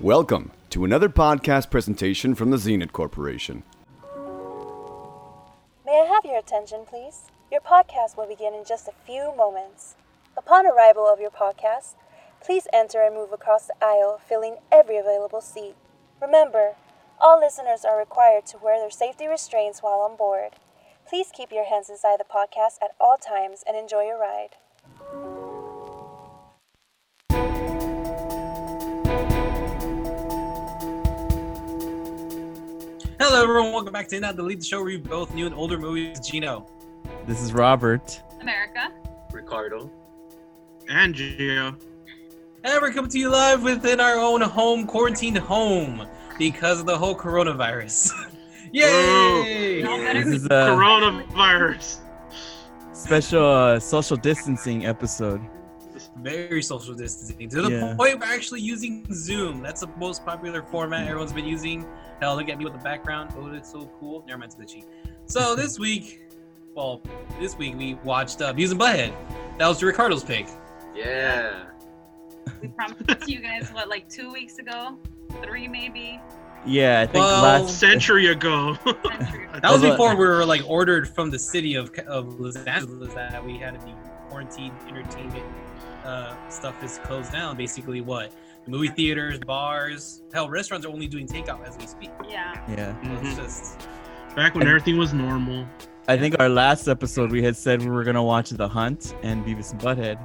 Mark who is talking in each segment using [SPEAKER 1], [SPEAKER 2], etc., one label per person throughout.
[SPEAKER 1] Welcome to another podcast presentation from the Zenit Corporation.
[SPEAKER 2] May I have your attention, please? Your podcast will begin in just a few moments. Upon arrival of your podcast, please enter and move across the aisle, filling every available seat. Remember, all listeners are required to wear their safety restraints while on board. Please keep your hands inside the podcast at all times and enjoy your ride.
[SPEAKER 3] Hello, everyone. Welcome back to In Out the Lead, the show where we both new and older movies. Gino.
[SPEAKER 4] This is Robert.
[SPEAKER 5] America.
[SPEAKER 6] Ricardo.
[SPEAKER 7] And Gio.
[SPEAKER 3] And we're coming to you live within our own home, quarantined home, because of the whole coronavirus. Yay!
[SPEAKER 5] Y'all
[SPEAKER 4] This
[SPEAKER 5] better
[SPEAKER 4] is uh, a
[SPEAKER 7] Coronavirus.
[SPEAKER 4] special uh, social distancing episode.
[SPEAKER 3] Very social distancing to the
[SPEAKER 4] Yeah.
[SPEAKER 3] point we're actually using Zoom. That's the most popular format everyone's been using. Hell, look at me with the background. Oh, it's so cool. Never mind, it's bitchy. So this week, well, this week we watched uh, Beavis and Butthead. That was Ricardo's pick.
[SPEAKER 6] Yeah.
[SPEAKER 5] We promised to you guys what, like two weeks ago, three maybe.
[SPEAKER 4] Yeah, I think
[SPEAKER 3] Well-
[SPEAKER 4] last
[SPEAKER 7] Century ago.
[SPEAKER 5] Country.
[SPEAKER 3] That was
[SPEAKER 4] Although-
[SPEAKER 3] before we were like ordered from the city of of Los Angeles that we had to be quarantined. Entertainment uh, stuff is closed down. Basically, what the movie theaters, bars, hell, restaurants are only doing takeout as we speak.
[SPEAKER 5] Yeah.
[SPEAKER 4] yeah.
[SPEAKER 3] It's
[SPEAKER 7] Mhm.
[SPEAKER 3] just
[SPEAKER 7] Back when
[SPEAKER 4] And-
[SPEAKER 7] everything was normal.
[SPEAKER 4] I think our last episode we had said we were gonna watch The Hunt and Beavis and Butthead,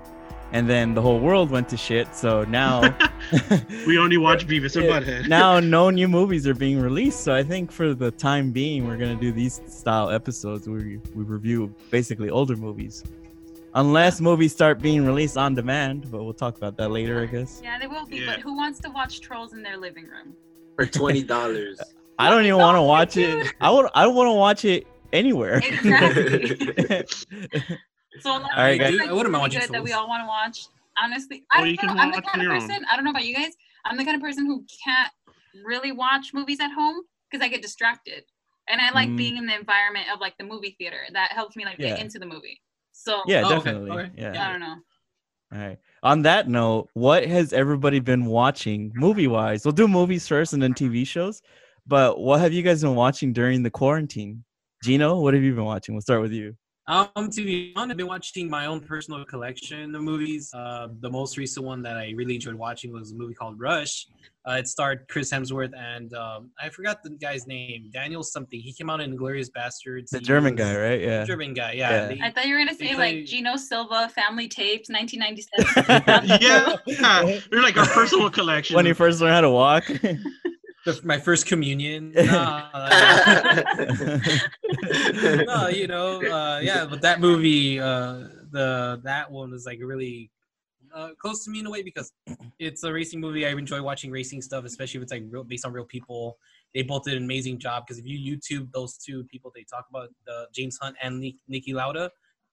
[SPEAKER 4] and then the whole world went to shit. So now
[SPEAKER 7] We only watch Beavis and
[SPEAKER 4] Yeah.
[SPEAKER 7] Butthead.
[SPEAKER 4] now no new movies are being released. So I think for the time being we're gonna do these style episodes where we, we review basically older movies, unless movies start being released on demand. But we'll talk about that later, I guess.
[SPEAKER 5] Yeah, they won't be.
[SPEAKER 7] Yeah.
[SPEAKER 5] But who wants to watch trolls in their living room?
[SPEAKER 6] For twenty dollars.
[SPEAKER 4] I don't even want to
[SPEAKER 5] Oh,
[SPEAKER 4] watch
[SPEAKER 5] dude.
[SPEAKER 4] it. I would. I want to watch it anywhere.
[SPEAKER 5] Exactly. so unless
[SPEAKER 4] All right,
[SPEAKER 5] it's,
[SPEAKER 4] guys.
[SPEAKER 5] like,
[SPEAKER 3] I wouldn't mind watching
[SPEAKER 5] good that we
[SPEAKER 3] Trolls.
[SPEAKER 5] all want to watch. Honestly, I
[SPEAKER 7] Or
[SPEAKER 5] don't
[SPEAKER 7] you can
[SPEAKER 5] know. I'm the
[SPEAKER 7] watch on
[SPEAKER 5] kind of
[SPEAKER 7] your own.
[SPEAKER 5] person. I don't know about you guys. I'm the kind of person who can't really watch movies at home because I get distracted, and I like
[SPEAKER 4] Mm.
[SPEAKER 5] being in the environment of like the movie theater. That helps me like get
[SPEAKER 4] Yeah.
[SPEAKER 5] into the movie. So
[SPEAKER 4] yeah,
[SPEAKER 3] Oh, okay,
[SPEAKER 4] definitely.
[SPEAKER 3] okay.
[SPEAKER 4] Yeah.
[SPEAKER 5] I don't know.
[SPEAKER 4] All right. On that note, what has everybody been watching movie wise? We'll do movies first and then TV shows. But what have you guys been watching during the quarantine? Gino, what have you been watching? We'll start with you.
[SPEAKER 3] um to be honest, I've been watching my own personal collection of movies. Uh, the most recent one that I really enjoyed watching was a movie called Rush. Uh, it starred Chris Hemsworth and um, I forgot the guy's name, Daniel something. He came out in Glorious Bastards.
[SPEAKER 4] The
[SPEAKER 3] He
[SPEAKER 4] German
[SPEAKER 3] was-
[SPEAKER 4] guy, right? Yeah.
[SPEAKER 3] German guy, yeah.
[SPEAKER 4] Yeah.
[SPEAKER 3] They-
[SPEAKER 5] I thought you were gonna
[SPEAKER 3] They
[SPEAKER 5] say
[SPEAKER 3] play-
[SPEAKER 5] like Gino Silva, Family Tapes, 1997.
[SPEAKER 7] yeah. We're like our personal collection.
[SPEAKER 4] When you first learn how to walk.
[SPEAKER 3] the, my first communion. Ah, Nah, no, you know, uh, yeah, but that movie, uh, the that one was like really uh, close to me in a way because it's a racing movie. I enjoy watching racing stuff, especially if it's like real, based on real people. They both did an amazing job because if you YouTube those two people, they talk about uh, James Hunt and Ni- Nikki Lauda.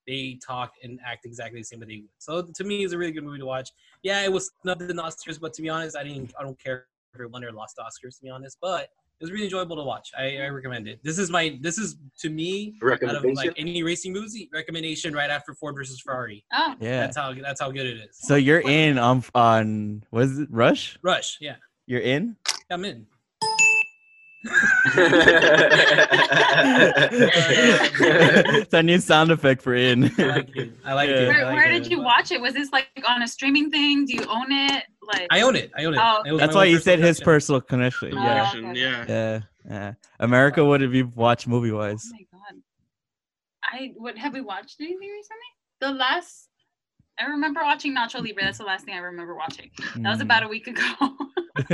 [SPEAKER 3] They talk and act exactly the same that they would. So to me, it's a really good movie to watch. Yeah, it was snubbed in the Oscars, but to be honest, I didn't. I don't care if it won or lost the Oscars. To be honest, but it was really enjoyable to watch. I, I recommend it. This is my. This is to me out of
[SPEAKER 6] Recommendation.
[SPEAKER 3] like any racing movie recommendation right after Ford versus Ferrari.
[SPEAKER 5] oh,
[SPEAKER 4] yeah.
[SPEAKER 3] That's how that's how good it is.
[SPEAKER 4] So you're in on on what is it? Rush?
[SPEAKER 3] Rush, yeah,
[SPEAKER 4] You're in?
[SPEAKER 3] I'm in.
[SPEAKER 4] it's our new sound effect for
[SPEAKER 3] I
[SPEAKER 4] in.
[SPEAKER 3] like it. I like it. I
[SPEAKER 4] Yeah.
[SPEAKER 5] where,
[SPEAKER 3] like
[SPEAKER 5] where
[SPEAKER 3] it.
[SPEAKER 5] did you watch it? Was this like on a streaming thing? Do you own it? Like
[SPEAKER 3] I own it. I own it.
[SPEAKER 5] Oh.
[SPEAKER 3] It was
[SPEAKER 4] That's
[SPEAKER 3] my
[SPEAKER 4] why
[SPEAKER 3] own
[SPEAKER 4] he said his
[SPEAKER 3] collection.
[SPEAKER 4] personal connection. Yeah.
[SPEAKER 7] Collection,
[SPEAKER 5] okay.
[SPEAKER 7] yeah.
[SPEAKER 4] Yeah. yeah. America, what have you watched movie
[SPEAKER 5] oh
[SPEAKER 4] wise?
[SPEAKER 5] my god. I what have we watched anything recently? The last I remember watching Nacho Libre. That's the last thing I remember watching. That was about a week ago.
[SPEAKER 4] Mm.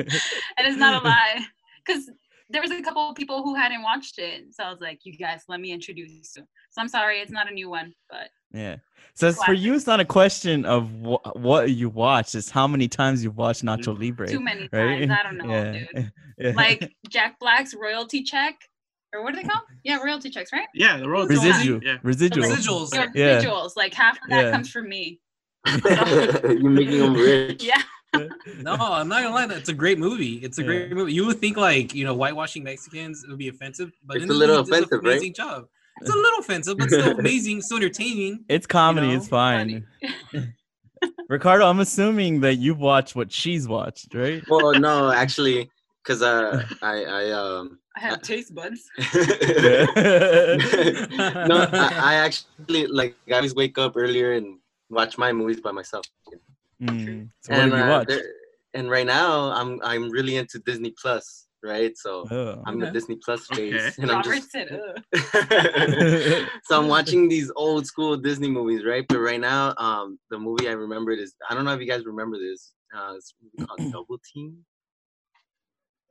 [SPEAKER 5] and it's not a lie. Because there was a couple of people who hadn't watched it. So I was like, you guys, let me introduce you. So I'm sorry, it's not a new one, but
[SPEAKER 4] Yeah. So it's, for you, it's not a question of wh- what you watch, it's how many times you've watched
[SPEAKER 6] Mm.
[SPEAKER 4] Nacho Libre.
[SPEAKER 5] too many
[SPEAKER 4] right?
[SPEAKER 5] times. I don't know,
[SPEAKER 4] yeah.
[SPEAKER 5] dude.
[SPEAKER 4] yeah.
[SPEAKER 5] like Jack Black's royalty check, or what are they called? Yeah, royalty checks, right?
[SPEAKER 7] Yeah, the road.
[SPEAKER 4] residual.
[SPEAKER 7] Yeah.
[SPEAKER 4] Residual.
[SPEAKER 3] Residuals.
[SPEAKER 5] Yeah,
[SPEAKER 4] Yeah.
[SPEAKER 5] residuals. Like half of that
[SPEAKER 4] Yeah.
[SPEAKER 5] comes from me.
[SPEAKER 6] You're making them rich.
[SPEAKER 5] Yeah,
[SPEAKER 3] No, I'm not gonna lie. That's a great movie. It's a great movie. You would think like you know whitewashing Mexicans would be offensive, but
[SPEAKER 6] It's
[SPEAKER 3] in
[SPEAKER 6] a
[SPEAKER 3] this
[SPEAKER 6] little
[SPEAKER 3] movie, it does
[SPEAKER 6] offensive,
[SPEAKER 3] an
[SPEAKER 6] right?
[SPEAKER 3] amazing job. It's a little offensive, but still amazing, so entertaining.
[SPEAKER 4] It's comedy,
[SPEAKER 3] You know?
[SPEAKER 4] it's fine. Ricardo, I'm assuming that you've watched what she's watched, right?
[SPEAKER 6] Well, no, actually, because uh, I, I, um,
[SPEAKER 5] I have taste buds.
[SPEAKER 6] no, I, I actually like I always wake up earlier and watch my movies by myself.
[SPEAKER 4] Mm, So what
[SPEAKER 6] and,
[SPEAKER 4] have you
[SPEAKER 6] uh,
[SPEAKER 4] watched?
[SPEAKER 6] there- and right now, I'm I'm really into Disney Plus, right? So
[SPEAKER 4] Oh.
[SPEAKER 6] I'm in the
[SPEAKER 3] Okay.
[SPEAKER 6] Disney Plus phase,
[SPEAKER 7] Okay.
[SPEAKER 6] and I'm
[SPEAKER 5] Robert
[SPEAKER 6] just
[SPEAKER 5] said, Ugh.
[SPEAKER 6] so I'm watching these old school Disney movies, right? But right now, um, the movie I remembered is I don't know if you guys remember this. Uh, it's called Double Team.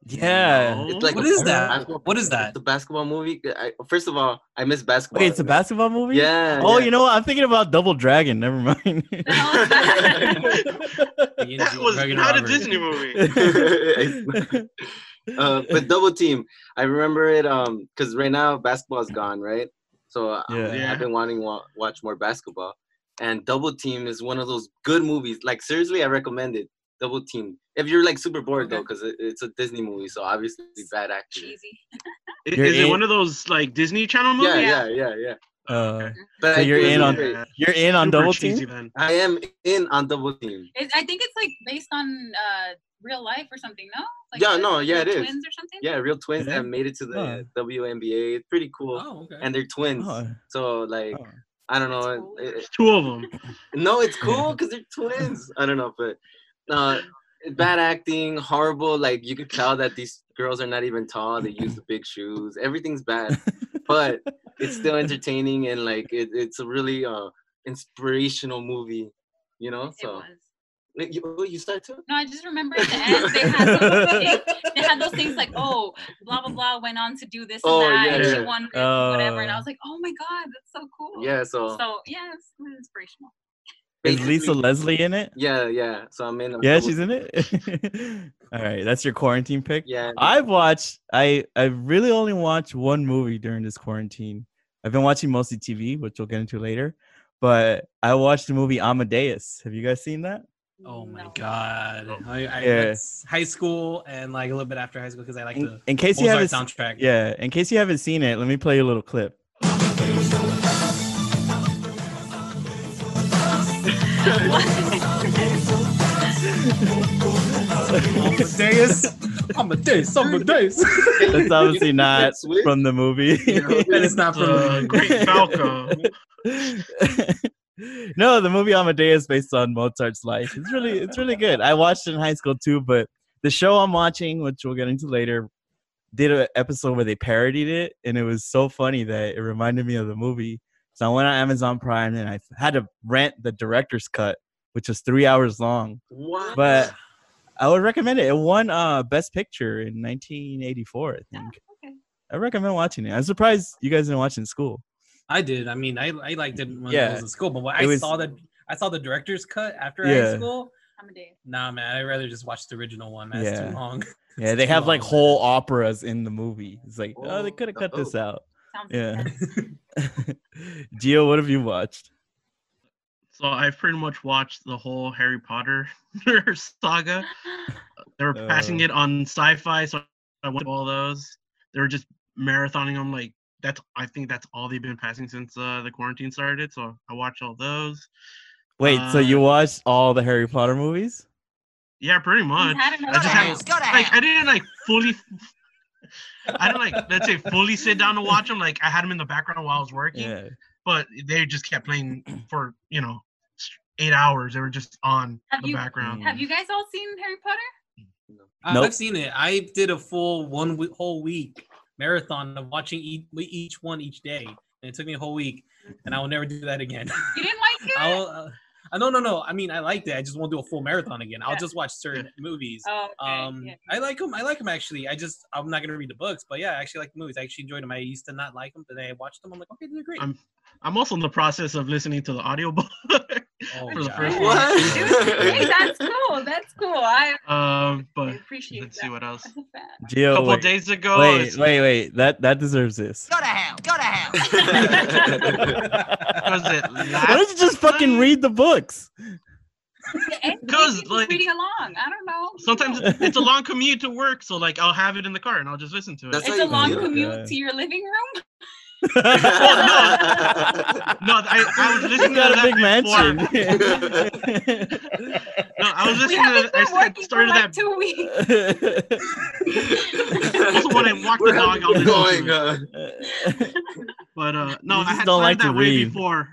[SPEAKER 4] Yeah.
[SPEAKER 7] No.
[SPEAKER 6] It's like
[SPEAKER 3] What
[SPEAKER 6] a
[SPEAKER 3] is that?
[SPEAKER 6] basketball-
[SPEAKER 3] What is that?
[SPEAKER 6] It's a basketball movie. I, first of all, I miss basketball.
[SPEAKER 4] Wait, it's a basketball movie?
[SPEAKER 6] Yeah.
[SPEAKER 4] Oh,
[SPEAKER 6] yeah.
[SPEAKER 4] you know what? I'm thinking about Double Dragon. Never mind.
[SPEAKER 7] That was not a Disney movie.
[SPEAKER 6] uh, but double team. I remember it um because right now basketball is gone, right? So uh,
[SPEAKER 4] Yeah.
[SPEAKER 7] Yeah.
[SPEAKER 6] I've been wanting to wa- watch more basketball, and Double Team is one of those good movies. Like seriously, I recommend it. Double Team. If you're like super bored though, because it, it's a Disney movie, so obviously bad acting.
[SPEAKER 5] cheesy.
[SPEAKER 7] I- Is,
[SPEAKER 4] You're
[SPEAKER 7] it
[SPEAKER 4] in-
[SPEAKER 7] one of those like Disney Channel movies?
[SPEAKER 6] Yeah, yeah, yeah, yeah.
[SPEAKER 4] Uh,
[SPEAKER 6] But
[SPEAKER 4] So
[SPEAKER 6] I
[SPEAKER 4] you're
[SPEAKER 6] think
[SPEAKER 4] in
[SPEAKER 6] it's
[SPEAKER 4] on-
[SPEAKER 6] great.
[SPEAKER 4] you're in on
[SPEAKER 7] Super
[SPEAKER 4] Double
[SPEAKER 7] cheesy,
[SPEAKER 4] Team?
[SPEAKER 7] man.
[SPEAKER 6] I am in on Double Team.
[SPEAKER 5] It, I think it's like based on uh, real life or something, no? Like
[SPEAKER 6] Yeah,
[SPEAKER 5] the-
[SPEAKER 6] no, yeah,
[SPEAKER 5] the
[SPEAKER 6] it is.
[SPEAKER 5] twins or something?
[SPEAKER 6] Yeah, real twins
[SPEAKER 4] Yeah.
[SPEAKER 6] that made it to the
[SPEAKER 4] Oh.
[SPEAKER 6] WNBA. It's pretty cool,
[SPEAKER 3] Oh, okay.
[SPEAKER 6] and they're twins.
[SPEAKER 4] Oh,
[SPEAKER 6] So like,
[SPEAKER 4] oh.
[SPEAKER 6] I don't
[SPEAKER 5] That's
[SPEAKER 6] know.
[SPEAKER 5] cool.
[SPEAKER 6] it- it-
[SPEAKER 7] There's two of them.
[SPEAKER 6] No, it's
[SPEAKER 4] Yeah.
[SPEAKER 6] cool because they're twins. I don't know, but uh, bad acting, horrible. Like you could tell that these girls are not even tall. They use the big shoes. Everything's
[SPEAKER 4] Oh.
[SPEAKER 6] bad, but it's still entertaining and like it, it's a really uh, inspirational movie. You know,
[SPEAKER 5] It
[SPEAKER 6] so
[SPEAKER 5] was.
[SPEAKER 6] Wait, you, oh, you start to?
[SPEAKER 5] No, I just remember at the end they had those things, they had those things like, oh, blah blah blah went on to do this
[SPEAKER 6] Oh,
[SPEAKER 5] and that,
[SPEAKER 6] yeah,
[SPEAKER 5] and she
[SPEAKER 6] yeah.
[SPEAKER 5] won this and whatever, and
[SPEAKER 4] Uh.
[SPEAKER 5] I was like, oh my god, that's so
[SPEAKER 7] Oh.
[SPEAKER 5] cool.
[SPEAKER 6] Yeah, so
[SPEAKER 5] So yeah, it's really inspirational.
[SPEAKER 4] Is Lisa
[SPEAKER 6] basically-
[SPEAKER 4] Leslie in it?
[SPEAKER 6] Yeah, yeah. So I'm in. a
[SPEAKER 4] Yeah,
[SPEAKER 6] double-
[SPEAKER 4] she's in it. All right, that's your quarantine pick.
[SPEAKER 6] Yeah,
[SPEAKER 4] I've watched. I I really only watched one movie during this quarantine. I've been watching mostly TV, which we'll get into later. But I watched the movie Amadeus. Have you guys seen that?
[SPEAKER 3] Oh my
[SPEAKER 5] No.
[SPEAKER 3] god!
[SPEAKER 6] Oh.
[SPEAKER 3] I, I,
[SPEAKER 4] Yeah.
[SPEAKER 3] that's high school and like a little bit after high school because I like
[SPEAKER 4] In,
[SPEAKER 3] the
[SPEAKER 4] in case you
[SPEAKER 3] Mozart
[SPEAKER 4] haven't, se-
[SPEAKER 3] soundtrack.
[SPEAKER 4] yeah. In case you haven't seen it, let me play you a little clip.
[SPEAKER 3] Amadeus, Amadeus, Amadeus,
[SPEAKER 4] That's obviously not
[SPEAKER 6] It's weird.
[SPEAKER 4] from the movie.
[SPEAKER 6] Yeah.
[SPEAKER 3] and it's not from.
[SPEAKER 7] Uh, Great Falco.
[SPEAKER 4] no, the movie Amadeus based on Mozart's life. It's really it's really good. I watched it in high school too, but the show I'm watching, which we'll get into later, did an episode where they parodied it, and it was so funny that it reminded me of the movie. So I went on Amazon Prime and I had to rent the director's cut, which was three hours long.
[SPEAKER 6] What?
[SPEAKER 4] But I would recommend it. It won uh, Best Picture in 1984, I think.
[SPEAKER 7] Oh,
[SPEAKER 5] okay.
[SPEAKER 4] I recommend watching it. I'm surprised you guys didn't watch it in school.
[SPEAKER 3] I did. I mean, I, I liked it when
[SPEAKER 4] Yeah.
[SPEAKER 3] I was in school, but when
[SPEAKER 4] It
[SPEAKER 3] I
[SPEAKER 4] was-
[SPEAKER 3] saw the I saw the director's cut after
[SPEAKER 4] Yeah.
[SPEAKER 3] high school.
[SPEAKER 5] I'm a day.
[SPEAKER 3] Nah, man, I'd rather just watch the original one. That's
[SPEAKER 4] Yeah.
[SPEAKER 3] too long.
[SPEAKER 4] Yeah, they have like
[SPEAKER 3] long.
[SPEAKER 4] whole operas in the movie. It's like, oh, they
[SPEAKER 6] Oh,
[SPEAKER 4] could have cut this
[SPEAKER 6] oh.
[SPEAKER 4] out.
[SPEAKER 5] Sounds
[SPEAKER 4] Yeah.
[SPEAKER 5] intense.
[SPEAKER 4] Gio, what have you watched?
[SPEAKER 7] So I've pretty much watched the whole Harry Potter saga. They were passing
[SPEAKER 4] Uh.
[SPEAKER 7] it on sci-fi, so I watched all those. They were just marathoning them. Like that's, I think that's all they've been passing since uh, the quarantine started. So I watched all those.
[SPEAKER 4] Wait, so
[SPEAKER 7] Uh,
[SPEAKER 4] you watched all the Harry Potter movies?
[SPEAKER 7] Yeah, pretty
[SPEAKER 5] He's
[SPEAKER 7] much.
[SPEAKER 5] had enough
[SPEAKER 7] I just
[SPEAKER 5] of
[SPEAKER 7] haven't-
[SPEAKER 5] it.
[SPEAKER 7] like I didn't like fully. I didn't like let's say fully sit down to watch them. Like I had them in the background while I was working,
[SPEAKER 4] Yeah.
[SPEAKER 7] but they just kept playing for you know s- eight hours. They were just on
[SPEAKER 5] Have
[SPEAKER 7] the
[SPEAKER 5] you-
[SPEAKER 7] background.
[SPEAKER 5] Have you guys all seen Harry Potter?
[SPEAKER 3] I-
[SPEAKER 4] Nope.
[SPEAKER 3] I've seen it. I did a full one w- whole week marathon of watching each, each one each day, and it took me a whole week. And I will never do that again.
[SPEAKER 5] You didn't like it?
[SPEAKER 3] I'll, uh, uh, no, no, no. I mean, I liked it. I just won't do a full marathon again. I'll
[SPEAKER 5] Yeah.
[SPEAKER 3] just watch certain movies.
[SPEAKER 5] oh, okay.
[SPEAKER 3] Um,
[SPEAKER 5] yeah.
[SPEAKER 3] I like them. I like them actually. I just I'm not gonna read the books, but yeah, I actually like the movies. I actually enjoyed them. I used to not like them, but then I watched them. I'm like, okay, these are great.
[SPEAKER 7] I'm I'm also in the process of listening to the audiobook.
[SPEAKER 3] oh,
[SPEAKER 7] for the
[SPEAKER 3] God.
[SPEAKER 7] first one.
[SPEAKER 5] Hey,
[SPEAKER 6] What?
[SPEAKER 5] that's cool. That's cool. I,
[SPEAKER 7] um,
[SPEAKER 5] I
[SPEAKER 7] but
[SPEAKER 5] appreciate
[SPEAKER 7] let's
[SPEAKER 5] that.
[SPEAKER 7] see what else.
[SPEAKER 5] That's a fact.
[SPEAKER 7] A
[SPEAKER 4] Gio,
[SPEAKER 7] couple
[SPEAKER 4] wait,
[SPEAKER 7] days ago,
[SPEAKER 4] wait,
[SPEAKER 7] it's-
[SPEAKER 4] wait, wait. That that deserves this.
[SPEAKER 7] was it
[SPEAKER 4] Why don't
[SPEAKER 7] last?
[SPEAKER 4] you just fucking
[SPEAKER 7] night?
[SPEAKER 4] read the books?
[SPEAKER 5] And
[SPEAKER 7] Because,
[SPEAKER 5] maybe just
[SPEAKER 7] like-
[SPEAKER 5] reading along. I don't know.
[SPEAKER 7] Sometimes it's it's a long commute to work, so like I'll have it in the car and I'll just listen to it.
[SPEAKER 6] That's
[SPEAKER 5] it's
[SPEAKER 6] how
[SPEAKER 5] a
[SPEAKER 6] you
[SPEAKER 5] long
[SPEAKER 6] feel.
[SPEAKER 5] commute
[SPEAKER 4] Yeah.
[SPEAKER 5] to your living room.
[SPEAKER 7] Well, no. No, I, I was
[SPEAKER 4] You
[SPEAKER 7] listening
[SPEAKER 4] got
[SPEAKER 7] to
[SPEAKER 4] a
[SPEAKER 7] that
[SPEAKER 4] big
[SPEAKER 7] before.
[SPEAKER 4] mansion.
[SPEAKER 7] was
[SPEAKER 5] we
[SPEAKER 7] listening to
[SPEAKER 5] haven't
[SPEAKER 7] the, I
[SPEAKER 5] been
[SPEAKER 7] st-
[SPEAKER 5] working for
[SPEAKER 7] started
[SPEAKER 5] like
[SPEAKER 7] that.
[SPEAKER 5] two weeks.
[SPEAKER 7] Also, when I walk the
[SPEAKER 6] Where
[SPEAKER 7] dog, I'll
[SPEAKER 6] are we
[SPEAKER 7] listen to
[SPEAKER 6] going?
[SPEAKER 7] it.
[SPEAKER 6] Uh,
[SPEAKER 7] But uh, no,
[SPEAKER 4] You
[SPEAKER 7] I
[SPEAKER 4] just
[SPEAKER 7] had
[SPEAKER 4] don't
[SPEAKER 7] started
[SPEAKER 4] like to
[SPEAKER 7] that way
[SPEAKER 4] read.
[SPEAKER 7] before.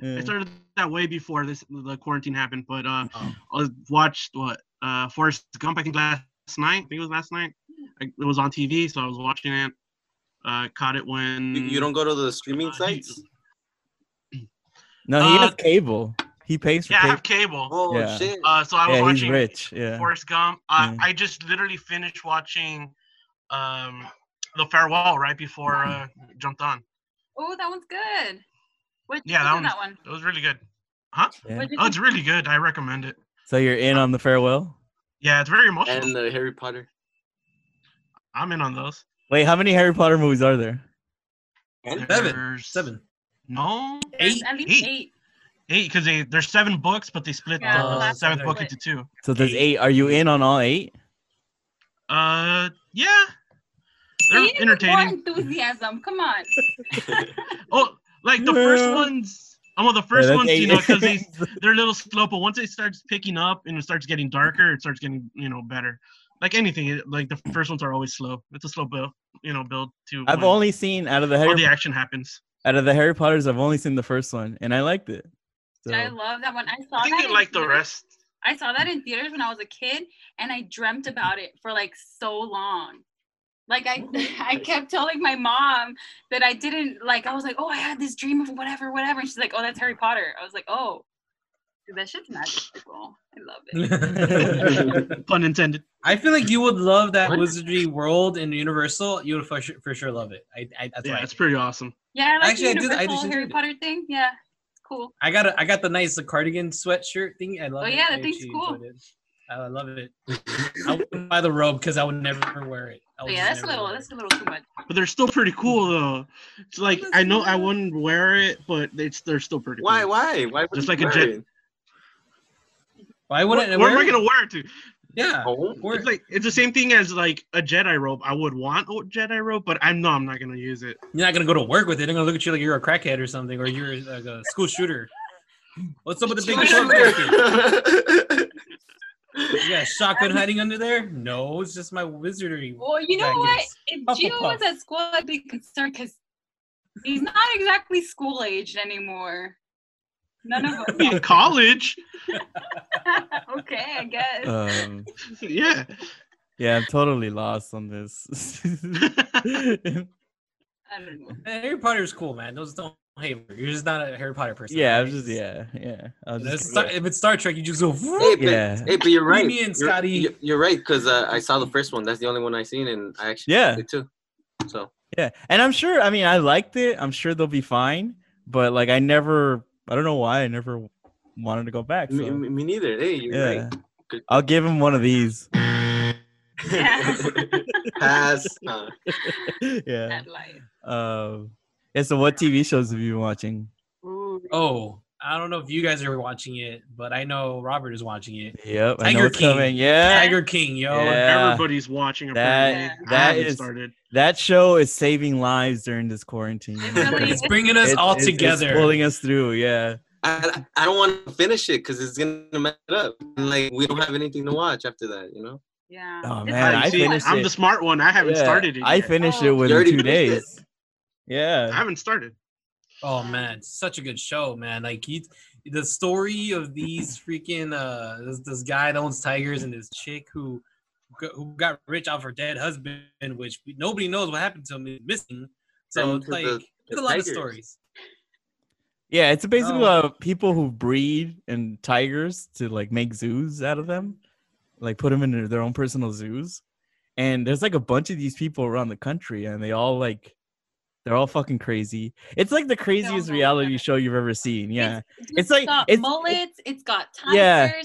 [SPEAKER 7] I
[SPEAKER 4] Yeah.
[SPEAKER 7] started that way before this the quarantine happened. But uh,
[SPEAKER 3] Oh.
[SPEAKER 7] I watched what uh Forrest Gump. I think last night. I think it was last night. I, it was on TV, so I was watching it. Uh, caught it when
[SPEAKER 6] you, you don't go to the streaming
[SPEAKER 7] Uh, he-
[SPEAKER 6] sites?
[SPEAKER 4] No, he has
[SPEAKER 7] Uh,
[SPEAKER 4] cable. He pays for
[SPEAKER 7] Yeah, I have
[SPEAKER 4] cable.
[SPEAKER 7] cable.
[SPEAKER 6] Oh
[SPEAKER 4] Yeah.
[SPEAKER 6] shit!
[SPEAKER 7] Uh, so I was
[SPEAKER 4] Yeah, he's
[SPEAKER 7] watching
[SPEAKER 4] rich. Yeah.
[SPEAKER 7] Forrest Gump. Uh,
[SPEAKER 4] Yeah.
[SPEAKER 7] I just literally finished watching um The Farewell right before uh, jumped on.
[SPEAKER 5] Oh, that one's good. What
[SPEAKER 7] Yeah, that
[SPEAKER 5] that,
[SPEAKER 7] one's-
[SPEAKER 5] that one?
[SPEAKER 7] It was really good.
[SPEAKER 4] Yeah.
[SPEAKER 5] What did
[SPEAKER 7] Oh,
[SPEAKER 5] you
[SPEAKER 7] it's really good. I recommend it.
[SPEAKER 4] So you're in on the farewell.
[SPEAKER 7] Yeah, it's very emotional.
[SPEAKER 6] and the Harry Potter.
[SPEAKER 7] I'm in on those.
[SPEAKER 4] Wait, how many Harry Potter movies are there?
[SPEAKER 3] Seven.
[SPEAKER 7] There's-
[SPEAKER 3] Seven.
[SPEAKER 7] No,
[SPEAKER 5] there's At least
[SPEAKER 7] Eight.
[SPEAKER 5] eight.
[SPEAKER 7] eight because they there's seven books, but they split
[SPEAKER 5] Yeah,
[SPEAKER 3] the
[SPEAKER 7] the
[SPEAKER 3] last
[SPEAKER 7] seventh
[SPEAKER 3] one
[SPEAKER 7] book
[SPEAKER 5] split.
[SPEAKER 7] into two.
[SPEAKER 4] So there's
[SPEAKER 3] Eight.
[SPEAKER 4] eight. Are you in on all eight?
[SPEAKER 7] Uh, yeah,
[SPEAKER 5] They
[SPEAKER 7] they're
[SPEAKER 5] need to be more
[SPEAKER 7] entertaining.
[SPEAKER 5] enthusiasm. Come on.
[SPEAKER 7] Oh, like the first
[SPEAKER 4] Yeah.
[SPEAKER 7] ones. Oh, well, the
[SPEAKER 4] Yeah,
[SPEAKER 7] first
[SPEAKER 4] that's
[SPEAKER 7] ones, you
[SPEAKER 4] eight.
[SPEAKER 7] know, because they they're a little slow, but once it starts picking up and it starts getting darker, it starts getting you know better. Like anything, it, like the first ones are always slow. It's a slow build, you know, build to.
[SPEAKER 4] I've
[SPEAKER 7] when
[SPEAKER 4] only seen out of the
[SPEAKER 7] all
[SPEAKER 4] Harry
[SPEAKER 7] the action happens.
[SPEAKER 4] out of the Harry Potters. I've only seen the first one, and I liked it. So,
[SPEAKER 5] I love that one. I saw
[SPEAKER 7] I think
[SPEAKER 5] that.
[SPEAKER 7] they
[SPEAKER 5] in
[SPEAKER 7] like the
[SPEAKER 5] theaters-
[SPEAKER 7] rest.
[SPEAKER 5] I saw that in theaters when I was a kid, and I dreamt about it for like so long. Like I, I kept telling my mom that I didn't like. I was like, oh, I had this dream of whatever, whatever, and she's like, oh, that's Harry Potter. I was like, oh, dude, that shit's magical. I love it.
[SPEAKER 7] Pun intended.
[SPEAKER 3] I feel like you would love that
[SPEAKER 6] What?
[SPEAKER 3] Wizardry World in Universal. You would for sure, for sure love it. I, I that's
[SPEAKER 7] yeah,
[SPEAKER 3] why
[SPEAKER 7] it's pretty awesome.
[SPEAKER 5] Yeah, I like
[SPEAKER 3] Actually, I
[SPEAKER 5] the
[SPEAKER 3] did- I
[SPEAKER 5] Universal
[SPEAKER 3] just
[SPEAKER 5] Harry
[SPEAKER 3] enjoyed it.
[SPEAKER 5] Potter thing. Yeah, it's cool.
[SPEAKER 3] I got a, I got the nice cardigan sweatshirt thing. I love
[SPEAKER 5] Oh,
[SPEAKER 3] it.
[SPEAKER 5] yeah, that
[SPEAKER 3] I
[SPEAKER 5] thing's
[SPEAKER 3] actually
[SPEAKER 5] cool.
[SPEAKER 3] enjoyed it. I love it. I wouldn't buy the robe because I would never wear it. I
[SPEAKER 5] But
[SPEAKER 3] would
[SPEAKER 5] yeah,
[SPEAKER 3] just
[SPEAKER 5] that's a
[SPEAKER 3] Oh, never
[SPEAKER 5] little,
[SPEAKER 3] wear it.
[SPEAKER 5] that's a little too much.
[SPEAKER 7] but they're still pretty cool though. It's like I know I wouldn't wear it, but it's they're still pretty.
[SPEAKER 6] Why?
[SPEAKER 7] Cool.
[SPEAKER 6] Why? Why? would
[SPEAKER 7] Just
[SPEAKER 6] you
[SPEAKER 7] like a
[SPEAKER 6] wear
[SPEAKER 7] jet-
[SPEAKER 6] it?
[SPEAKER 3] Why
[SPEAKER 7] Where,
[SPEAKER 3] wouldn't I
[SPEAKER 7] where am
[SPEAKER 3] wear
[SPEAKER 7] I
[SPEAKER 3] it?
[SPEAKER 7] gonna wear it to?
[SPEAKER 3] Yeah.
[SPEAKER 6] Home?
[SPEAKER 3] Where-
[SPEAKER 7] It's like it's the same thing as like a Jedi robe. I would want a Jedi robe, but I'm no, I'm not gonna use it.
[SPEAKER 3] You're not gonna go to work with it. They're gonna look at you like you're a crackhead or something, or you're like a school shooter. What's up with the big shotgun? kid? You got a shotgun hiding under there? No, it's just my wizardry.
[SPEAKER 5] Well, you know
[SPEAKER 3] Dragons.
[SPEAKER 5] what? If Gio was
[SPEAKER 3] Hufflepuff.
[SPEAKER 5] at school, I'd be concerned because he's not exactly school aged anymore. None of us.
[SPEAKER 7] In college,
[SPEAKER 5] are. okay, I guess.
[SPEAKER 4] um,
[SPEAKER 7] yeah.
[SPEAKER 4] yeah, I'm totally lost on this.
[SPEAKER 5] I don't know.
[SPEAKER 3] Man, Harry Potter's cool, man. Those don't hate. You're just not a Harry Potter person.
[SPEAKER 4] yeah, I'm just yeah, yeah. I'll
[SPEAKER 3] If it's
[SPEAKER 4] just
[SPEAKER 3] Star- if it's Star Trek, you just go.
[SPEAKER 6] Hey, but,
[SPEAKER 4] Yeah.
[SPEAKER 6] hey, but you're right.
[SPEAKER 3] me and
[SPEAKER 6] You're-
[SPEAKER 3] Scotty-
[SPEAKER 6] You're, you're right because uh, I saw the first one. That's the only one I seen, and I actually
[SPEAKER 4] Yeah.
[SPEAKER 6] liked it too. So
[SPEAKER 4] yeah, and I'm sure. I mean, I liked it. I'm sure they'll be fine. But like, I never. I don't know why I never wanted to go back.
[SPEAKER 6] me,
[SPEAKER 4] So
[SPEAKER 6] me me neither. Hey, you're
[SPEAKER 4] yeah,
[SPEAKER 6] Good.
[SPEAKER 4] I'll give him one of these.
[SPEAKER 5] Yeah.
[SPEAKER 6] right. Pass. Huh.
[SPEAKER 4] yeah.
[SPEAKER 5] That life.
[SPEAKER 4] Um. Yeah. So, what TV shows have you been watching?
[SPEAKER 3] Oh, I don't know if you guys are watching it, but I know Robert is watching it.
[SPEAKER 4] Yep. I know
[SPEAKER 3] Tiger
[SPEAKER 4] it's
[SPEAKER 3] King.
[SPEAKER 4] coming. Yeah.
[SPEAKER 3] Tiger King, yo.
[SPEAKER 4] Yeah.
[SPEAKER 7] Everybody's watching.
[SPEAKER 4] That-
[SPEAKER 7] apparently. I
[SPEAKER 4] that
[SPEAKER 7] haven't
[SPEAKER 4] is-
[SPEAKER 7] started.
[SPEAKER 4] That show is saving lives during this quarantine.
[SPEAKER 5] It really
[SPEAKER 3] It's
[SPEAKER 5] is.
[SPEAKER 3] bringing us
[SPEAKER 4] It-
[SPEAKER 3] all
[SPEAKER 4] it's- it's
[SPEAKER 3] together.
[SPEAKER 4] pulling us through. Yeah.
[SPEAKER 6] I, I don't want to finish it because it's gonna mess it up. And, like we don't have anything to watch after that, you know.
[SPEAKER 5] Yeah.
[SPEAKER 4] Oh,
[SPEAKER 5] It's
[SPEAKER 4] man,
[SPEAKER 5] like
[SPEAKER 4] I
[SPEAKER 5] too much.
[SPEAKER 4] finished
[SPEAKER 7] am
[SPEAKER 4] it.
[SPEAKER 7] the smart one. I haven't
[SPEAKER 4] Yeah,
[SPEAKER 7] started it.
[SPEAKER 4] I
[SPEAKER 7] yet.
[SPEAKER 4] finished it
[SPEAKER 5] Oh.
[SPEAKER 6] You
[SPEAKER 4] within
[SPEAKER 6] already
[SPEAKER 4] two
[SPEAKER 6] finished it?
[SPEAKER 4] days.
[SPEAKER 7] I
[SPEAKER 4] Yeah.
[SPEAKER 7] haven't started.
[SPEAKER 3] Oh man, it's such a good show, man. Like you, the story of these freaking uh this, this guy that owns tigers and this chick who go- who got rich off her dead husband, which we- nobody knows what happened to him. He's missing. So
[SPEAKER 6] Down
[SPEAKER 3] it's
[SPEAKER 6] to
[SPEAKER 3] like
[SPEAKER 6] the-
[SPEAKER 3] there's
[SPEAKER 6] the
[SPEAKER 3] a lot
[SPEAKER 6] tigers.
[SPEAKER 3] of stories.
[SPEAKER 4] Yeah. It's basically
[SPEAKER 3] Oh.
[SPEAKER 4] uh, people who breed and tigers to like make zoos out of them, like put them in their- their own personal zoos. And there's like a bunch of these people around the country, and they all like, they're all fucking crazy. It's like the craziest
[SPEAKER 5] know.
[SPEAKER 4] reality show you've ever seen. Yeah.
[SPEAKER 5] It's,
[SPEAKER 4] It's like-
[SPEAKER 5] got
[SPEAKER 4] it's-
[SPEAKER 5] mullets. It's got tigers.
[SPEAKER 4] Yeah.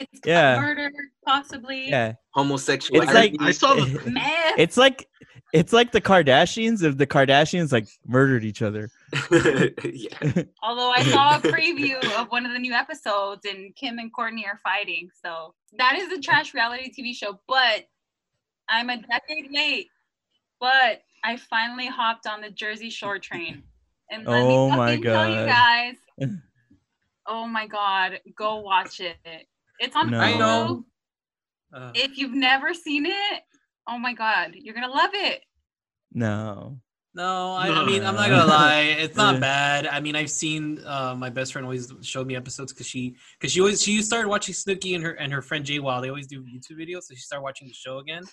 [SPEAKER 5] It's got
[SPEAKER 4] Yeah.
[SPEAKER 5] murder, possibly.
[SPEAKER 4] Yeah.
[SPEAKER 6] Homosexuality.
[SPEAKER 4] It's like
[SPEAKER 7] I saw the
[SPEAKER 5] Meth.
[SPEAKER 4] it's like it's like the Kardashians if the Kardashians like murdered each other.
[SPEAKER 6] yeah.
[SPEAKER 5] Although I saw a preview of one of the new episodes and Kim and Courtney are fighting. So that is a trash reality TV show, but I'm a decade late. But I finally hopped on the Jersey Shore train. And let
[SPEAKER 4] Oh
[SPEAKER 5] me
[SPEAKER 4] my
[SPEAKER 5] fucking tell you
[SPEAKER 4] God.
[SPEAKER 5] guys. Oh my god, go watch it. It's on
[SPEAKER 4] No.
[SPEAKER 3] I
[SPEAKER 5] Hulu.
[SPEAKER 3] know. Um, Uh,
[SPEAKER 5] If you've never seen it, oh my god, you're gonna love it.
[SPEAKER 4] No.
[SPEAKER 3] no, I,
[SPEAKER 7] No.
[SPEAKER 3] I mean I'm not gonna lie, it's
[SPEAKER 4] Yeah.
[SPEAKER 3] not bad. I mean I've seen uh, my best friend always showed me episodes because she because she always she started watching Snooki and her and her friend Jay Wild. They always do YouTube videos, so she started watching the show again.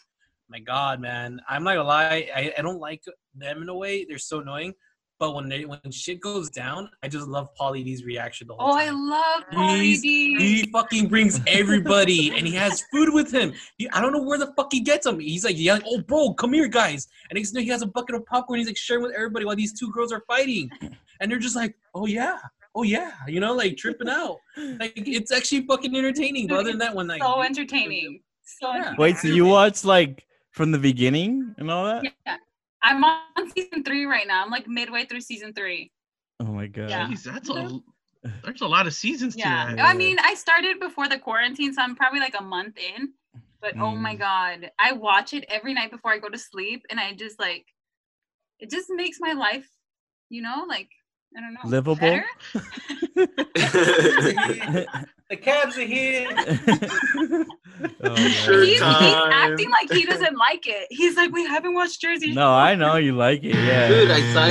[SPEAKER 3] My God, man, I'm not gonna lie, I, I don't like them in a way. They're so annoying. But when they when shit goes down, I just love Pauly D's reaction the whole
[SPEAKER 5] Oh,
[SPEAKER 3] time.
[SPEAKER 5] I love Pauly
[SPEAKER 3] He's-
[SPEAKER 5] D.
[SPEAKER 3] he fucking brings everybody and he has food with him. He, I don't know where the fuck he gets them. He's like yelling, Oh, bro, come here, guys. And he's, he has a bucket of popcorn. He's like sharing with everybody while these two girls are fighting. And they're just like, Oh, yeah. Oh, yeah. You know, like tripping out. Like, it's actually fucking entertaining. But other than that one, like,
[SPEAKER 5] So entertaining. So
[SPEAKER 3] Yeah.
[SPEAKER 5] entertaining.
[SPEAKER 4] Wait, so you watched like from the beginning and all that?
[SPEAKER 5] Yeah. I'm on season three right now. I'm like midway through season three.
[SPEAKER 4] Oh my god.
[SPEAKER 5] Yeah.
[SPEAKER 7] Jeez, that's a there's a lot of seasons
[SPEAKER 5] Yeah.
[SPEAKER 7] to that.
[SPEAKER 5] I mean, I started before the quarantine, so I'm probably like a month in. But oh my
[SPEAKER 4] Mm.
[SPEAKER 5] god, I watch it every night before I go to sleep, and I just like, it just makes my life, you know, like I don't know,
[SPEAKER 4] Livable?
[SPEAKER 5] better.
[SPEAKER 3] the cabs are here.
[SPEAKER 4] Oh,
[SPEAKER 6] Sure,
[SPEAKER 5] He's, he's
[SPEAKER 4] man.
[SPEAKER 6] time.
[SPEAKER 5] acting like he doesn't like it. He's like, we haven't watched Jersey.
[SPEAKER 4] no, I know you like it. Yeah.
[SPEAKER 6] Dude, I saw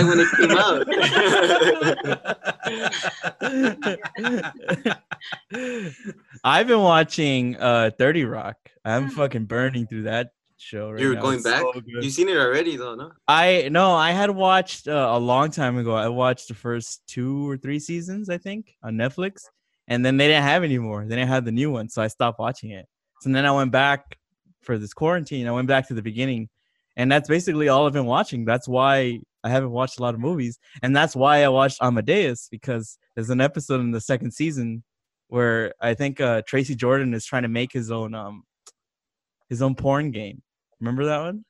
[SPEAKER 6] it when it came out.
[SPEAKER 4] I've been watching uh 30 Rock. I'm
[SPEAKER 5] Mm.
[SPEAKER 4] fucking burning through that show right
[SPEAKER 6] You're
[SPEAKER 4] now.
[SPEAKER 6] going
[SPEAKER 4] It's
[SPEAKER 6] back?
[SPEAKER 4] so good.
[SPEAKER 6] you seen it already, though, no?
[SPEAKER 4] I no, I had watched uh, a long time ago. I watched the first two or three seasons, I think, on Netflix, and then they didn't have any more. They didn't have the new one, so I stopped watching it. So then I went back for this quarantine. I went back to the beginning, and that's basically all I've been watching. That's why I haven't watched a lot of movies, and that's why I watched Amadeus because there's an episode in the second season where I think uh, Tracy Jordan is trying to make his own um his own porn game. Remember that one?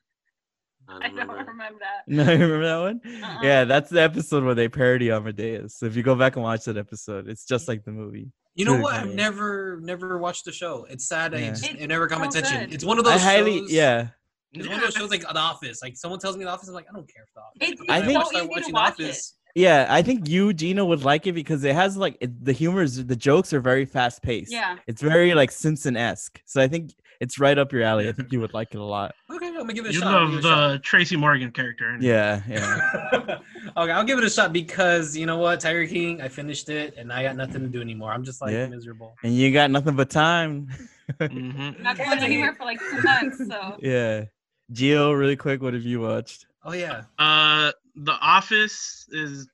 [SPEAKER 5] I don't remember that.
[SPEAKER 4] No, you remember that one?
[SPEAKER 5] Uh-uh.
[SPEAKER 4] Yeah, that's the episode where they parody Amadeus. So if you go back and watch that episode, it's just like the movie.
[SPEAKER 3] You know
[SPEAKER 4] Dude,
[SPEAKER 3] what? I've
[SPEAKER 4] man.
[SPEAKER 3] never, never watched the show. It's sad. I
[SPEAKER 4] Yeah.
[SPEAKER 3] just,
[SPEAKER 5] It's
[SPEAKER 3] it never got my
[SPEAKER 5] so
[SPEAKER 3] attention.
[SPEAKER 5] good.
[SPEAKER 3] It's one of
[SPEAKER 4] I
[SPEAKER 3] those
[SPEAKER 4] highly,
[SPEAKER 3] shows.
[SPEAKER 4] yeah,
[SPEAKER 3] It's one of those shows like The Office. Like someone tells me The Office, I'm like, I don't care for The Office.
[SPEAKER 5] It's-
[SPEAKER 3] And then
[SPEAKER 4] I think-
[SPEAKER 3] watch-
[SPEAKER 4] so
[SPEAKER 3] start
[SPEAKER 5] easy to
[SPEAKER 3] watching
[SPEAKER 5] watch it.
[SPEAKER 4] yeah. I think you, Gina, would like it because it has like it, the humor is the jokes are very fast paced.
[SPEAKER 5] Yeah.
[SPEAKER 4] it's very like Simpson esque. So I think it's right up your alley. I think you would like it a lot.
[SPEAKER 3] Okay, I'm gonna give it a
[SPEAKER 7] you
[SPEAKER 3] shot. I'm
[SPEAKER 7] love
[SPEAKER 3] gonna
[SPEAKER 7] the Tracy Morgan character. in it.
[SPEAKER 4] Yeah,
[SPEAKER 3] give it a
[SPEAKER 4] yeah.
[SPEAKER 3] shot. okay, I'll give it a shot because you know what, Tiger King, I finished it and I got nothing to do anymore. I'm just like
[SPEAKER 4] Yeah.
[SPEAKER 3] miserable.
[SPEAKER 4] and you got nothing but time.
[SPEAKER 7] Mhm.
[SPEAKER 5] Not going anywhere for like two months. So
[SPEAKER 4] yeah, Geo, really quick, what have you watched?
[SPEAKER 3] Oh yeah.
[SPEAKER 7] Uh, The Office is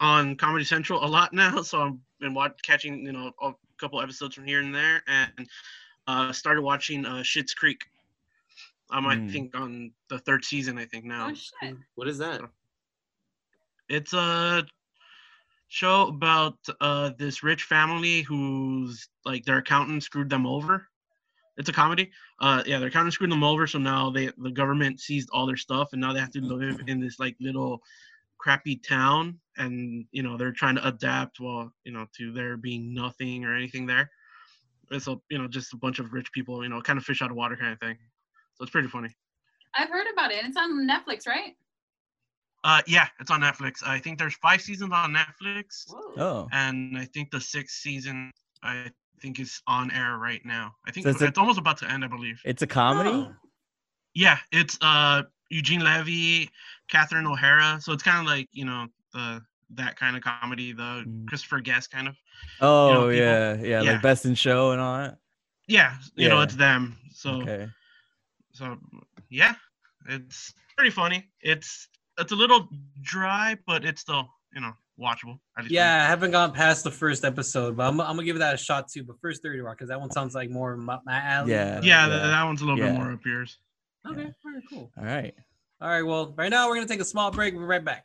[SPEAKER 7] on Comedy Central a lot now, so I've been watch- catching you know a couple episodes from here and there, and uh, started watching uh, Schitt's Creek. Um, I
[SPEAKER 4] Mm.
[SPEAKER 7] think on the third season, I think now.
[SPEAKER 5] oh shit.
[SPEAKER 6] What is that?
[SPEAKER 7] It's a show about uh, this rich family who's like their accountant screwed them over. It's a comedy. Uh, yeah, their accountant screwed them over, so now they the government seized all their stuff, and now they have to live in this like little crappy town, and you know they're trying to adapt while you know to there being nothing or anything there. It's a you know just a bunch of rich people, you know, kind of fish out of water kind of thing. So it's pretty funny.
[SPEAKER 5] I've heard about it. It's on Netflix, right?
[SPEAKER 7] Uh, yeah, it's on Netflix. I think there's five seasons on Netflix.
[SPEAKER 4] Oh,
[SPEAKER 7] and I think the sixth season I think is on air right now. I think
[SPEAKER 4] So it's
[SPEAKER 7] it's,
[SPEAKER 4] a-
[SPEAKER 7] almost about to end, I believe.
[SPEAKER 4] it's a comedy.
[SPEAKER 3] Oh.
[SPEAKER 7] Yeah, it's uh Eugene Levy, Catherine O'Hara, so it's kind of like you know the that kind of comedy, the
[SPEAKER 4] Mm.
[SPEAKER 7] Christopher Guest kind of.
[SPEAKER 4] Oh,
[SPEAKER 7] people-
[SPEAKER 4] yeah, yeah,
[SPEAKER 7] yeah.
[SPEAKER 4] like Best in Show and all that.
[SPEAKER 7] Yeah, you know
[SPEAKER 4] Yeah.
[SPEAKER 7] it's them. So
[SPEAKER 4] okay.
[SPEAKER 7] so yeah, it's pretty funny. It's it's a little dry, but it's still you know watchable. I just think.
[SPEAKER 3] Yeah, I haven't gone past the first episode, but I'm, I'm gonna give that a shot too. But first 30 rock because that one sounds like more my, my alley.
[SPEAKER 4] Yeah.
[SPEAKER 3] but-
[SPEAKER 7] Yeah,
[SPEAKER 4] Yeah.
[SPEAKER 7] th- that one's a little
[SPEAKER 4] Yeah.
[SPEAKER 7] bit more up yours.
[SPEAKER 3] Okay, all right, cool.
[SPEAKER 4] All right.
[SPEAKER 3] All right, well, right now we're gonna take a small break. We'll be right back.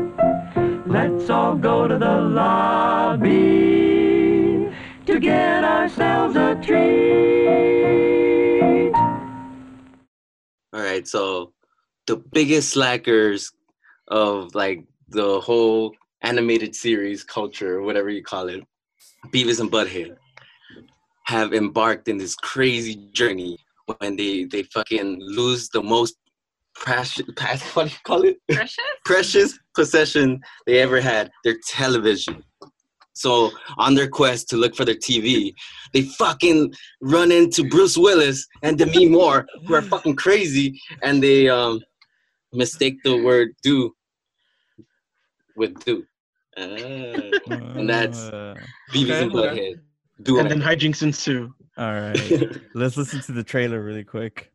[SPEAKER 8] Let's all go to the lobby to get ourselves themselves a treat.
[SPEAKER 6] All right, so the biggest slackers of like the whole animated series culture, or whatever you call it, Beavis and Butthead, have embarked in this crazy journey when they they fucking lose the most precious, what do you call it?
[SPEAKER 5] Precious?
[SPEAKER 6] precious possession they ever had their television. So, on their quest to look for their TV, they fucking run into Bruce Willis and Demi Moore, who are fucking crazy, and they um, mistake the word do with do. Ah, and that's
[SPEAKER 4] Uh,
[SPEAKER 6] Beavis
[SPEAKER 3] Okay,
[SPEAKER 6] and
[SPEAKER 3] okay.
[SPEAKER 6] Butthead. Do
[SPEAKER 7] and then hijinks ensue.
[SPEAKER 4] all right. Let's listen to the trailer really quick.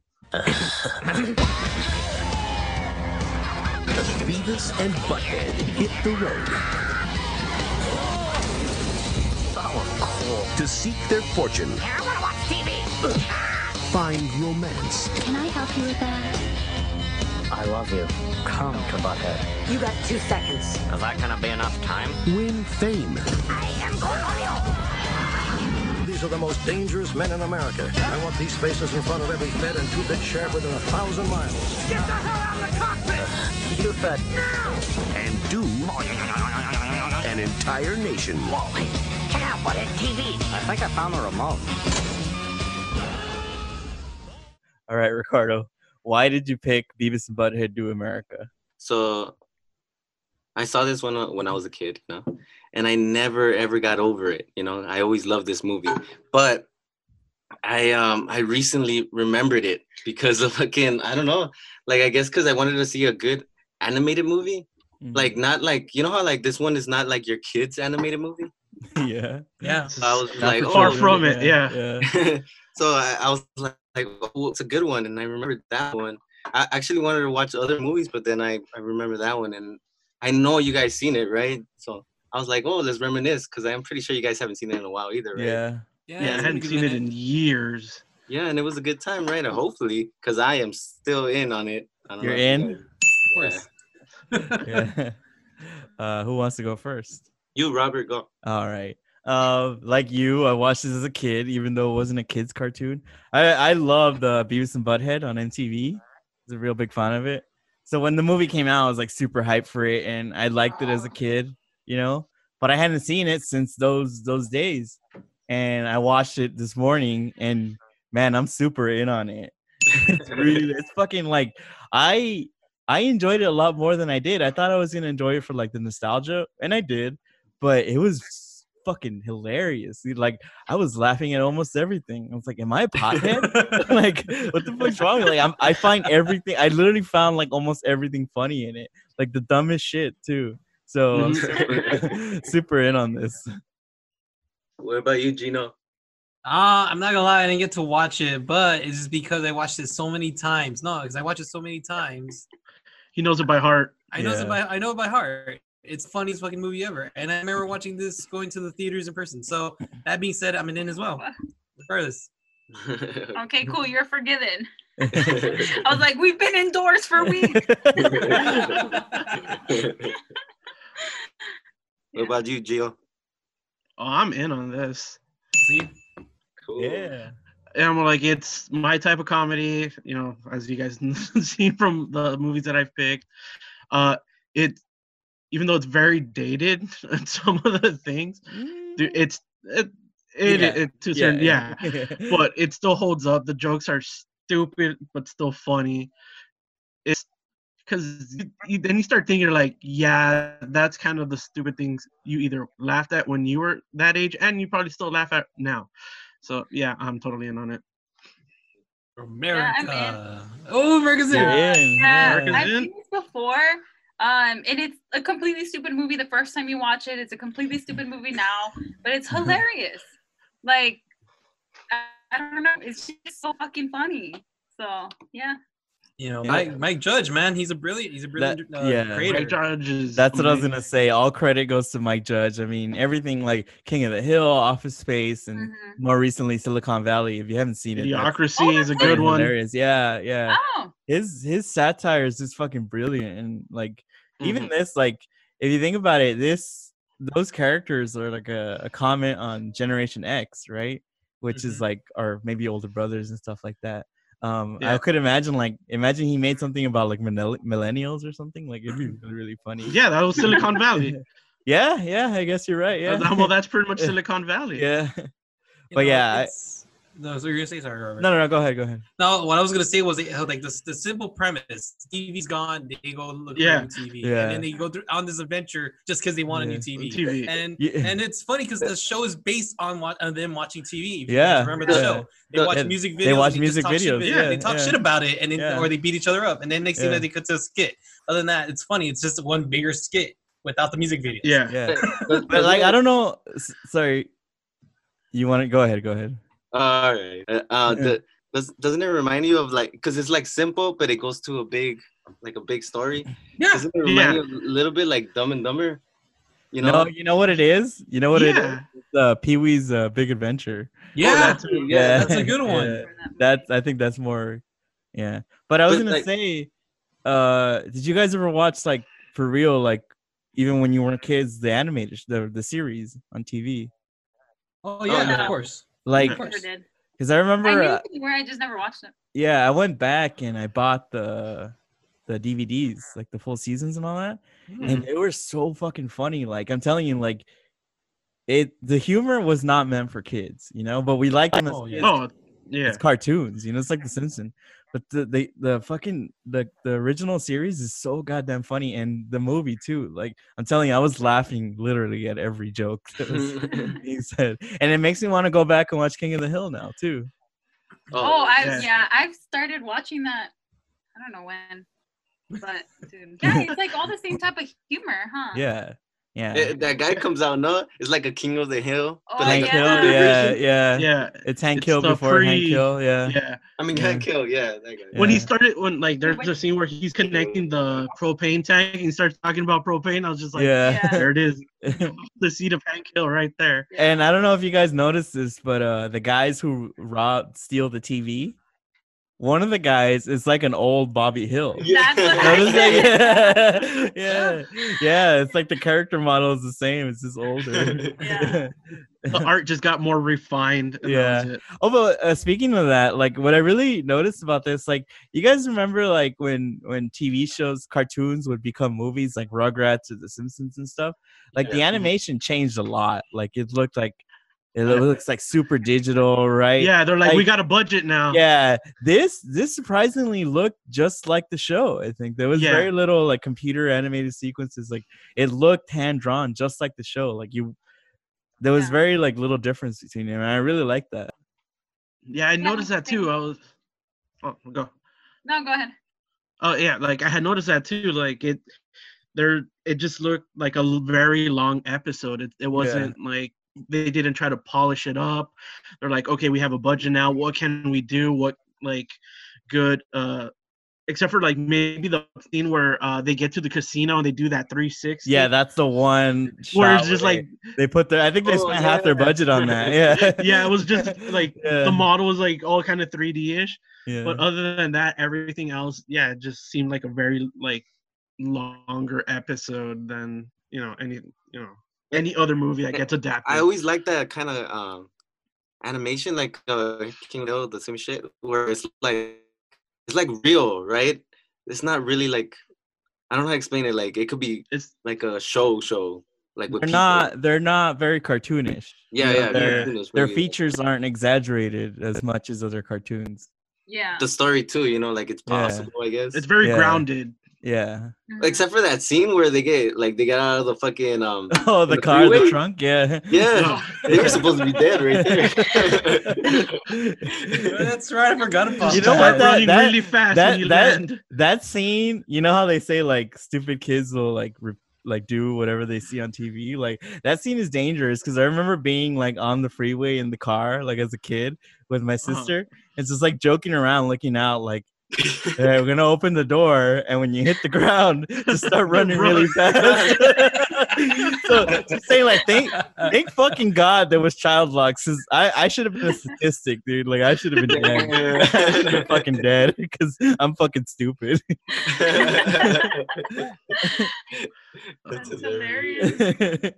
[SPEAKER 9] Beavis and Butthead hit the road. To seek their fortune,
[SPEAKER 10] I want to watch TV.
[SPEAKER 9] find romance,
[SPEAKER 10] Can I help you with that?
[SPEAKER 11] I love you. Come to Butthead.
[SPEAKER 10] You got two seconds.
[SPEAKER 11] Is that gonna be enough time?
[SPEAKER 9] win fame.
[SPEAKER 10] I am Cornelio.
[SPEAKER 9] These are the most dangerous men in America. I want these faces in front of every Fed and two-bit sheriff within a thousand miles.
[SPEAKER 11] You fed.
[SPEAKER 9] And do an entire nation.
[SPEAKER 10] Check out what is TV.
[SPEAKER 11] I think I found the remote.
[SPEAKER 4] All right, Ricardo. Why did you pick Beavis and Butthead Do America?
[SPEAKER 6] So I saw this when I, when I was a kid, you know, and I never ever got over it. You know, I always loved this movie, but I um I recently remembered it because of again I don't know, like I guess because I wanted to see a good animated movie, like not like you know how like this one is not like your kids animated movie.
[SPEAKER 4] yeah.
[SPEAKER 3] Yeah.
[SPEAKER 6] I was
[SPEAKER 7] Not
[SPEAKER 6] like,
[SPEAKER 7] for
[SPEAKER 6] oh,
[SPEAKER 7] Far from it,
[SPEAKER 4] yeah.
[SPEAKER 6] so I, I was like, like, oh, it's a good one, and I remembered that one. I actually wanted to watch other movies, but then I, I remember that one, and I know you guys seen it, right? So I was like, oh, let's reminisce, because I'm pretty sure you guys haven't seen it in a while either, right?
[SPEAKER 4] Yeah.
[SPEAKER 7] Yeah, I hadn't seen it in years.
[SPEAKER 6] Yeah, and it was a good time, right? And hopefully, because I am still in on it. I don't
[SPEAKER 4] You're
[SPEAKER 6] know if you
[SPEAKER 4] in?
[SPEAKER 6] guys-
[SPEAKER 3] Of course.
[SPEAKER 4] yeah. Uh, who wants to go first?
[SPEAKER 6] You, Robert, go.
[SPEAKER 4] All right. Uh, like you, I watched this as a kid, even though it wasn't a kid's cartoon. I, I loved uh, Beavis and Butthead on MTV. I was a real big fan of it. So when the movie came out, I was like super hyped for it, and I liked it as a kid, you know. But I hadn't seen it since those those days, and I watched it this morning, and man, I'm super in on it. it's really, it's fucking like I I enjoyed it a lot more than I did. I thought I was gonna enjoy it for like the nostalgia, and I did but it was fucking hilarious. dude. Like I was laughing at almost everything. I was like, "Am I a pothead? like, what the fuck's wrong?" Like, I'm, I find everything. I literally found like almost everything funny in it. Like the dumbest shit too. So I'm super, super in on this.
[SPEAKER 6] What about you, Gino?
[SPEAKER 3] Uh, I'm not gonna lie, I didn't get to watch it, but it's just because I watched it so many times. No, because I watched it so many times.
[SPEAKER 7] He knows it by heart.
[SPEAKER 3] I know
[SPEAKER 4] Yeah.
[SPEAKER 3] it by I know it by heart. It's the funniest fucking movie ever. And I remember watching this going to the theaters in person. So that being said, I'm an in as well. Regardless.
[SPEAKER 5] Okay, cool. You're forgiven. I was like, we've been indoors for weeks.
[SPEAKER 6] what about you, Gio?
[SPEAKER 7] Oh, I'm in on this.
[SPEAKER 3] See?
[SPEAKER 6] Cool.
[SPEAKER 4] yeah.
[SPEAKER 7] And I'm like, it's my type of comedy, you know, as you guys see from the movies that I've picked. Uh, it, even though it's very dated, some of the things, dude, it's it, it,
[SPEAKER 4] Yeah.
[SPEAKER 7] it to a certain, yeah. but it still holds up. The jokes are stupid, but still funny. It's because then you start thinking like, yeah, that's kind of the stupid things you either laughed at when you were that age, and you probably still laugh at now. So yeah, I'm totally in on it.
[SPEAKER 3] America.
[SPEAKER 5] Yeah,
[SPEAKER 3] oh, America's in.
[SPEAKER 4] You're in.
[SPEAKER 5] Yeah,
[SPEAKER 7] America's
[SPEAKER 5] I've
[SPEAKER 7] in.
[SPEAKER 5] seen this before. Um, and it's a completely stupid movie the first time you watch it. It's a completely stupid movie now, but it's hilarious. like, I- I don't know. It's just so fucking funny. So, yeah.
[SPEAKER 3] You know,
[SPEAKER 4] Yeah.
[SPEAKER 3] Mike, Mike Judge, man, he's a brilliant, he's a brilliant
[SPEAKER 4] That-
[SPEAKER 3] uh,
[SPEAKER 4] yeah.
[SPEAKER 3] creator.
[SPEAKER 7] Mike Judge is
[SPEAKER 4] That's what I was
[SPEAKER 7] amazing.
[SPEAKER 4] gonna say. All credit goes to Mike Judge. I mean, everything like King of the Hill, Office Space, and
[SPEAKER 5] Mhm.
[SPEAKER 4] more recently Silicon Valley. If you haven't seen it, that's-
[SPEAKER 7] Idiocracy
[SPEAKER 5] Oh,
[SPEAKER 7] is a
[SPEAKER 4] fucking
[SPEAKER 7] good one.
[SPEAKER 4] hilarious. Yeah, yeah.
[SPEAKER 5] Oh,
[SPEAKER 4] His his satire is just fucking brilliant, and like even this, like if you think about it, this those characters are like a, a comment on Generation X, right? which is like or maybe older brothers and stuff like that. Um, I
[SPEAKER 7] Yeah.
[SPEAKER 4] could imagine like imagine he made something about like millenni- millennials or something. Like it'd be really funny.
[SPEAKER 7] Yeah, that was Silicon Valley.
[SPEAKER 4] yeah, yeah. I guess you're right. Yeah.
[SPEAKER 7] Well, that's pretty much Silicon Valley.
[SPEAKER 4] yeah. But yeah, I-
[SPEAKER 3] No, so you're gonna say sorry, Robert.
[SPEAKER 4] no, no, no. Go ahead. Go ahead.
[SPEAKER 3] No, what I was gonna say was eh, like the the simple premise: TV's gone, they go look
[SPEAKER 7] Yeah.
[SPEAKER 3] for a new TV,
[SPEAKER 4] Yeah.
[SPEAKER 3] and then they go through on this adventure just because they want a
[SPEAKER 4] Yeah.
[SPEAKER 3] new TV.
[SPEAKER 7] TV.
[SPEAKER 3] And
[SPEAKER 4] Yeah.
[SPEAKER 3] and it's funny because the show is based on what on them watching TV. if you guys
[SPEAKER 4] Yeah.
[SPEAKER 3] remember the
[SPEAKER 4] Yeah.
[SPEAKER 3] show? They
[SPEAKER 6] Yeah.
[SPEAKER 3] watch
[SPEAKER 4] Yeah.
[SPEAKER 3] music videos.
[SPEAKER 4] They watch
[SPEAKER 3] and
[SPEAKER 4] music
[SPEAKER 3] just talk shit-
[SPEAKER 4] videos,
[SPEAKER 3] yeah,
[SPEAKER 4] yeah,
[SPEAKER 3] they talk
[SPEAKER 4] yeah.
[SPEAKER 3] shit about it, and then
[SPEAKER 4] Yeah.
[SPEAKER 3] or they beat each other up, and then next thing
[SPEAKER 4] Yeah.
[SPEAKER 3] that they cut to a skit. Other than that, it's funny. It's just one bigger skit without the music video.
[SPEAKER 7] Yeah.
[SPEAKER 4] Yeah. But like I don't know. s- Sorry. You want to go ahead? Go ahead.
[SPEAKER 6] All right. Uh, uh,
[SPEAKER 4] Yeah.
[SPEAKER 6] the, does, doesn't it remind you of like because it's like simple, but it goes to a big like a big story.
[SPEAKER 3] Yeah.
[SPEAKER 6] Doesn't it remind
[SPEAKER 7] Yeah.
[SPEAKER 6] you a little bit like Dumb and Dumber? You know.
[SPEAKER 4] No, you know what it is. You know what it is.
[SPEAKER 7] Yeah. Oh,
[SPEAKER 4] It's, Uh, Pee Wee's uh, Big Adventure.
[SPEAKER 3] Yeah.
[SPEAKER 7] that's-
[SPEAKER 6] yeah.
[SPEAKER 4] Yeah.
[SPEAKER 3] that's a good one.
[SPEAKER 4] Yeah. That's I think that's more yeah. But I was
[SPEAKER 6] But,
[SPEAKER 4] gonna
[SPEAKER 6] like-
[SPEAKER 4] say, uh did you guys ever watch like for real, like even when you were kids, the animated sh- the the series on TV?
[SPEAKER 3] Oh yeah,
[SPEAKER 6] yeah.
[SPEAKER 3] of course.
[SPEAKER 4] Like
[SPEAKER 3] Yeah.
[SPEAKER 5] Never did.
[SPEAKER 4] because I
[SPEAKER 5] I
[SPEAKER 4] remember
[SPEAKER 5] knew
[SPEAKER 4] uh,
[SPEAKER 5] where I just never watched it.
[SPEAKER 4] yeah, I went back and I bought the the DVDs, like the full seasons and all that. And
[SPEAKER 3] Mm.
[SPEAKER 4] they were so fucking funny. Like I'm telling you, like it the humor was not meant for kids, you know, but we liked them as
[SPEAKER 3] Oh, yeah.
[SPEAKER 4] kids.
[SPEAKER 7] Oh, yeah.
[SPEAKER 4] it's cartoons you know it's like the simpson but the the, the fucking the, the original series is so goddamn funny and the movie too like i'm telling you i was laughing literally at every joke that was being said and it makes me want to go back and watch king of the hill now too
[SPEAKER 5] Oh, I
[SPEAKER 7] yeah.
[SPEAKER 5] yeah. I've started watching that. I don't know when, but dude, yeah, it's like all the same type of humor, huh?
[SPEAKER 4] yeah yeah
[SPEAKER 6] Eh, that guy comes out, no? It's like a king of the hill.
[SPEAKER 5] Oh,
[SPEAKER 6] but
[SPEAKER 4] Hank
[SPEAKER 6] like
[SPEAKER 5] yeah.
[SPEAKER 6] a-
[SPEAKER 4] Hill, yeah, yeah,
[SPEAKER 7] yeah.
[SPEAKER 4] It's Hank
[SPEAKER 7] It's
[SPEAKER 4] Hill
[SPEAKER 7] the
[SPEAKER 4] before Hank
[SPEAKER 7] pre-
[SPEAKER 4] Hill, yeah.
[SPEAKER 7] Yeah.
[SPEAKER 6] I mean,
[SPEAKER 4] Yeah.
[SPEAKER 6] Hank Hill, yeah, that guy.
[SPEAKER 7] When he
[SPEAKER 4] Yeah.
[SPEAKER 7] started, when like there's the scene where he's connecting the propane tank and he starts talking about propane, I was just like,
[SPEAKER 4] yeah.
[SPEAKER 7] there it is, the seat of Hank Hill right there.
[SPEAKER 4] and I don't know if you guys noticed this, but uh, the guys who rob steal the TV, one of the guys is like an old Bobby Hill.
[SPEAKER 5] That's what I
[SPEAKER 4] Notice that?
[SPEAKER 5] did.
[SPEAKER 4] Yeah. yeah, yeah. It's like the character model is the same. It's just older.
[SPEAKER 5] Yeah.
[SPEAKER 7] The art just got more refined. and that was it.
[SPEAKER 4] Although uh, speaking of that, like what I really noticed about this, like you guys remember like when when TV shows, cartoons would become movies, like Rugrats or The Simpsons and stuff. Like the
[SPEAKER 6] Yeah.
[SPEAKER 4] animation changed a lot. Like it looked like it looks like super digital, right?
[SPEAKER 7] Yeah, they're like,
[SPEAKER 4] Like-
[SPEAKER 7] we got a budget now.
[SPEAKER 4] yeah this this surprisingly looked just like the show i think there was
[SPEAKER 7] Yeah.
[SPEAKER 4] very little like computer animated sequences like it looked hand drawn just like the show like you there was
[SPEAKER 5] Yeah.
[SPEAKER 4] very like little difference between them and i really like that
[SPEAKER 7] Yeah, I noticed that too. I was, oh, go.
[SPEAKER 5] No, go ahead.
[SPEAKER 7] Oh yeah, like I had noticed that too. Like it, there, it just looked like a l- very long episode. It, it wasn't like they didn't try to polish it up. They're like, okay, we have a budget now. What can we do? What like good? uh Except for like maybe the scene where uh they get to the casino and they do that 360.
[SPEAKER 4] yeah that's the one
[SPEAKER 7] where
[SPEAKER 4] shot
[SPEAKER 7] it's just
[SPEAKER 4] where
[SPEAKER 7] like
[SPEAKER 4] they, they put their i think they
[SPEAKER 6] Oh,
[SPEAKER 4] spent half their
[SPEAKER 6] yeah.
[SPEAKER 4] budget on that yeah
[SPEAKER 7] yeah, it was just like
[SPEAKER 4] Yeah.
[SPEAKER 7] the model was like all kind of 3D ish.
[SPEAKER 4] yeah.
[SPEAKER 7] But other than that, everything else, yeah, it just seemed like a very like longer episode than you know any you know any other movie that gets adapted.
[SPEAKER 6] I always like that kind of um, animation, like uh, King Leo, the same shit, where it's like it's like real, right? It's not really like I don't know how to explain it. Like it could be
[SPEAKER 7] it's
[SPEAKER 6] like a show, show, like with
[SPEAKER 4] they're
[SPEAKER 6] people.
[SPEAKER 4] not they're not very cartoonish
[SPEAKER 6] Yeah,
[SPEAKER 4] you know,
[SPEAKER 6] yeah.
[SPEAKER 4] they're-
[SPEAKER 6] cartoonish
[SPEAKER 4] their
[SPEAKER 6] movie.
[SPEAKER 4] features aren't exaggerated as much as other cartoons
[SPEAKER 5] Yeah.
[SPEAKER 6] The story too, you know, like it's
[SPEAKER 4] Yeah.
[SPEAKER 6] possible, I guess.
[SPEAKER 7] it's very
[SPEAKER 4] Yeah.
[SPEAKER 7] grounded.
[SPEAKER 4] yeah
[SPEAKER 5] Mhm.
[SPEAKER 6] Except for that scene where they get like they get out of the fucking um.
[SPEAKER 4] oh the
[SPEAKER 6] The
[SPEAKER 4] car the
[SPEAKER 6] freeway?
[SPEAKER 4] trunk yeah
[SPEAKER 6] Yeah, they were supposed to be dead right there.
[SPEAKER 3] That's right. I forgot about
[SPEAKER 4] You know
[SPEAKER 3] that.
[SPEAKER 4] what,
[SPEAKER 7] Start
[SPEAKER 4] that-
[SPEAKER 7] running
[SPEAKER 4] that-
[SPEAKER 7] really fast
[SPEAKER 4] that-
[SPEAKER 7] when you
[SPEAKER 4] that-
[SPEAKER 7] land.
[SPEAKER 4] that scene, you know how they say like stupid kids will like re- like do whatever they see on TV. Like that scene is dangerous because I remember being like on the freeway in the car, like as a kid with my sister. It's just like joking around, looking out, like hey, we're gonna open the door, and when you hit the ground, just start running really fast. so just say like thank thank fucking God there was child lock. Since I I should have been a statistic, dude. Like I should have been dead. I should have been fucking dead because I'm fucking stupid.
[SPEAKER 5] That's
[SPEAKER 6] That's
[SPEAKER 5] hilarious.
[SPEAKER 4] yeah,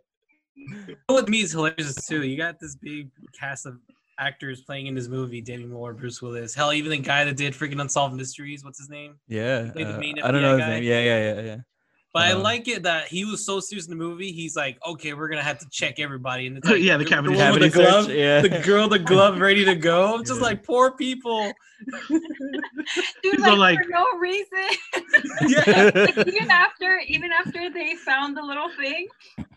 [SPEAKER 3] You know what to me is hilarious is, too. You got this big cast of actors playing in this movie: Demi Moore, Bruce Willis. Hell, even the guy that did freaking Unsolved Mysteries. What's his name?
[SPEAKER 4] Yeah.
[SPEAKER 3] He played the
[SPEAKER 4] uh,
[SPEAKER 3] main
[SPEAKER 4] I don't
[SPEAKER 3] FBI
[SPEAKER 4] know his
[SPEAKER 3] guy.
[SPEAKER 4] name. Yeah, yeah, yeah, yeah.
[SPEAKER 3] But I
[SPEAKER 7] Uh-huh.
[SPEAKER 4] Um,
[SPEAKER 3] like it that he was so serious in the movie. He's like, okay, we're gonna have to check everybody. And it's like,
[SPEAKER 7] Yeah, the
[SPEAKER 3] cabin,
[SPEAKER 7] cavity
[SPEAKER 3] the, woman with the
[SPEAKER 7] search.
[SPEAKER 3] glove,
[SPEAKER 4] yeah.
[SPEAKER 3] the girl, the glove, ready to go. I'm just
[SPEAKER 4] Yeah.
[SPEAKER 3] like, poor people.
[SPEAKER 5] Dude,
[SPEAKER 7] So,
[SPEAKER 5] like,
[SPEAKER 7] like-
[SPEAKER 5] for no reason.
[SPEAKER 3] Yeah.
[SPEAKER 5] like, even after, even after they found the little thing,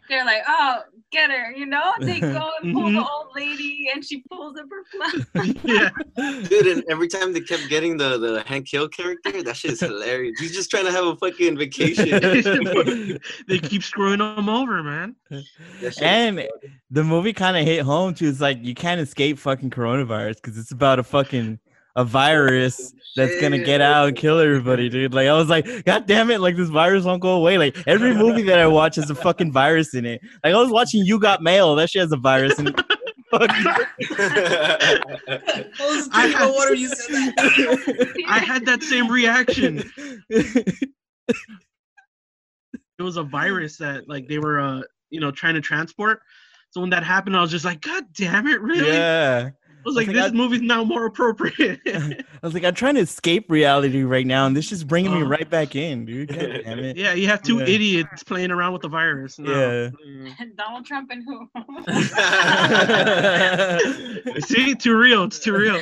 [SPEAKER 5] they're like, "Oh, get her!" You know, they go and pull the
[SPEAKER 7] Mhm.
[SPEAKER 5] old lady, and she pulls up her flag.
[SPEAKER 7] yeah.
[SPEAKER 6] Dude, and every time they kept getting the, the Hank Hill character, that shit is hilarious. He's just trying to have a fucking vacation.
[SPEAKER 7] they keep screwing them over, man.
[SPEAKER 6] That shit-
[SPEAKER 4] And the movie kind of hit home too. It's like you can't escape fucking coronavirus because it's about a fucking a virus that's gonna get out and kill everybody, dude. Like I was like, God damn it! Like this virus won't go away. Like every movie that I watch has a fucking virus in it. Like I was watching You Got Mail. That shit has a virus. In it. Fuck.
[SPEAKER 3] I was
[SPEAKER 7] I-
[SPEAKER 3] drinking the water. You said that.
[SPEAKER 7] I had that same reaction. It was a virus that like they were uh you know trying to transport. So when that happened, I was just like, God damn it, really?
[SPEAKER 4] yeah.
[SPEAKER 7] I was like,
[SPEAKER 4] Like,
[SPEAKER 7] this
[SPEAKER 4] I-
[SPEAKER 7] movie's now more appropriate.
[SPEAKER 4] I was like, I'm trying to escape reality right now, and this is bringing me
[SPEAKER 7] Uh.
[SPEAKER 4] right back in, dude. God damn it.
[SPEAKER 7] yeah, you have two
[SPEAKER 4] Yeah.
[SPEAKER 7] idiots playing around with the virus. No.
[SPEAKER 4] Yeah.
[SPEAKER 7] Mm.
[SPEAKER 5] Donald Trump and who?
[SPEAKER 7] See, too real. It's too real.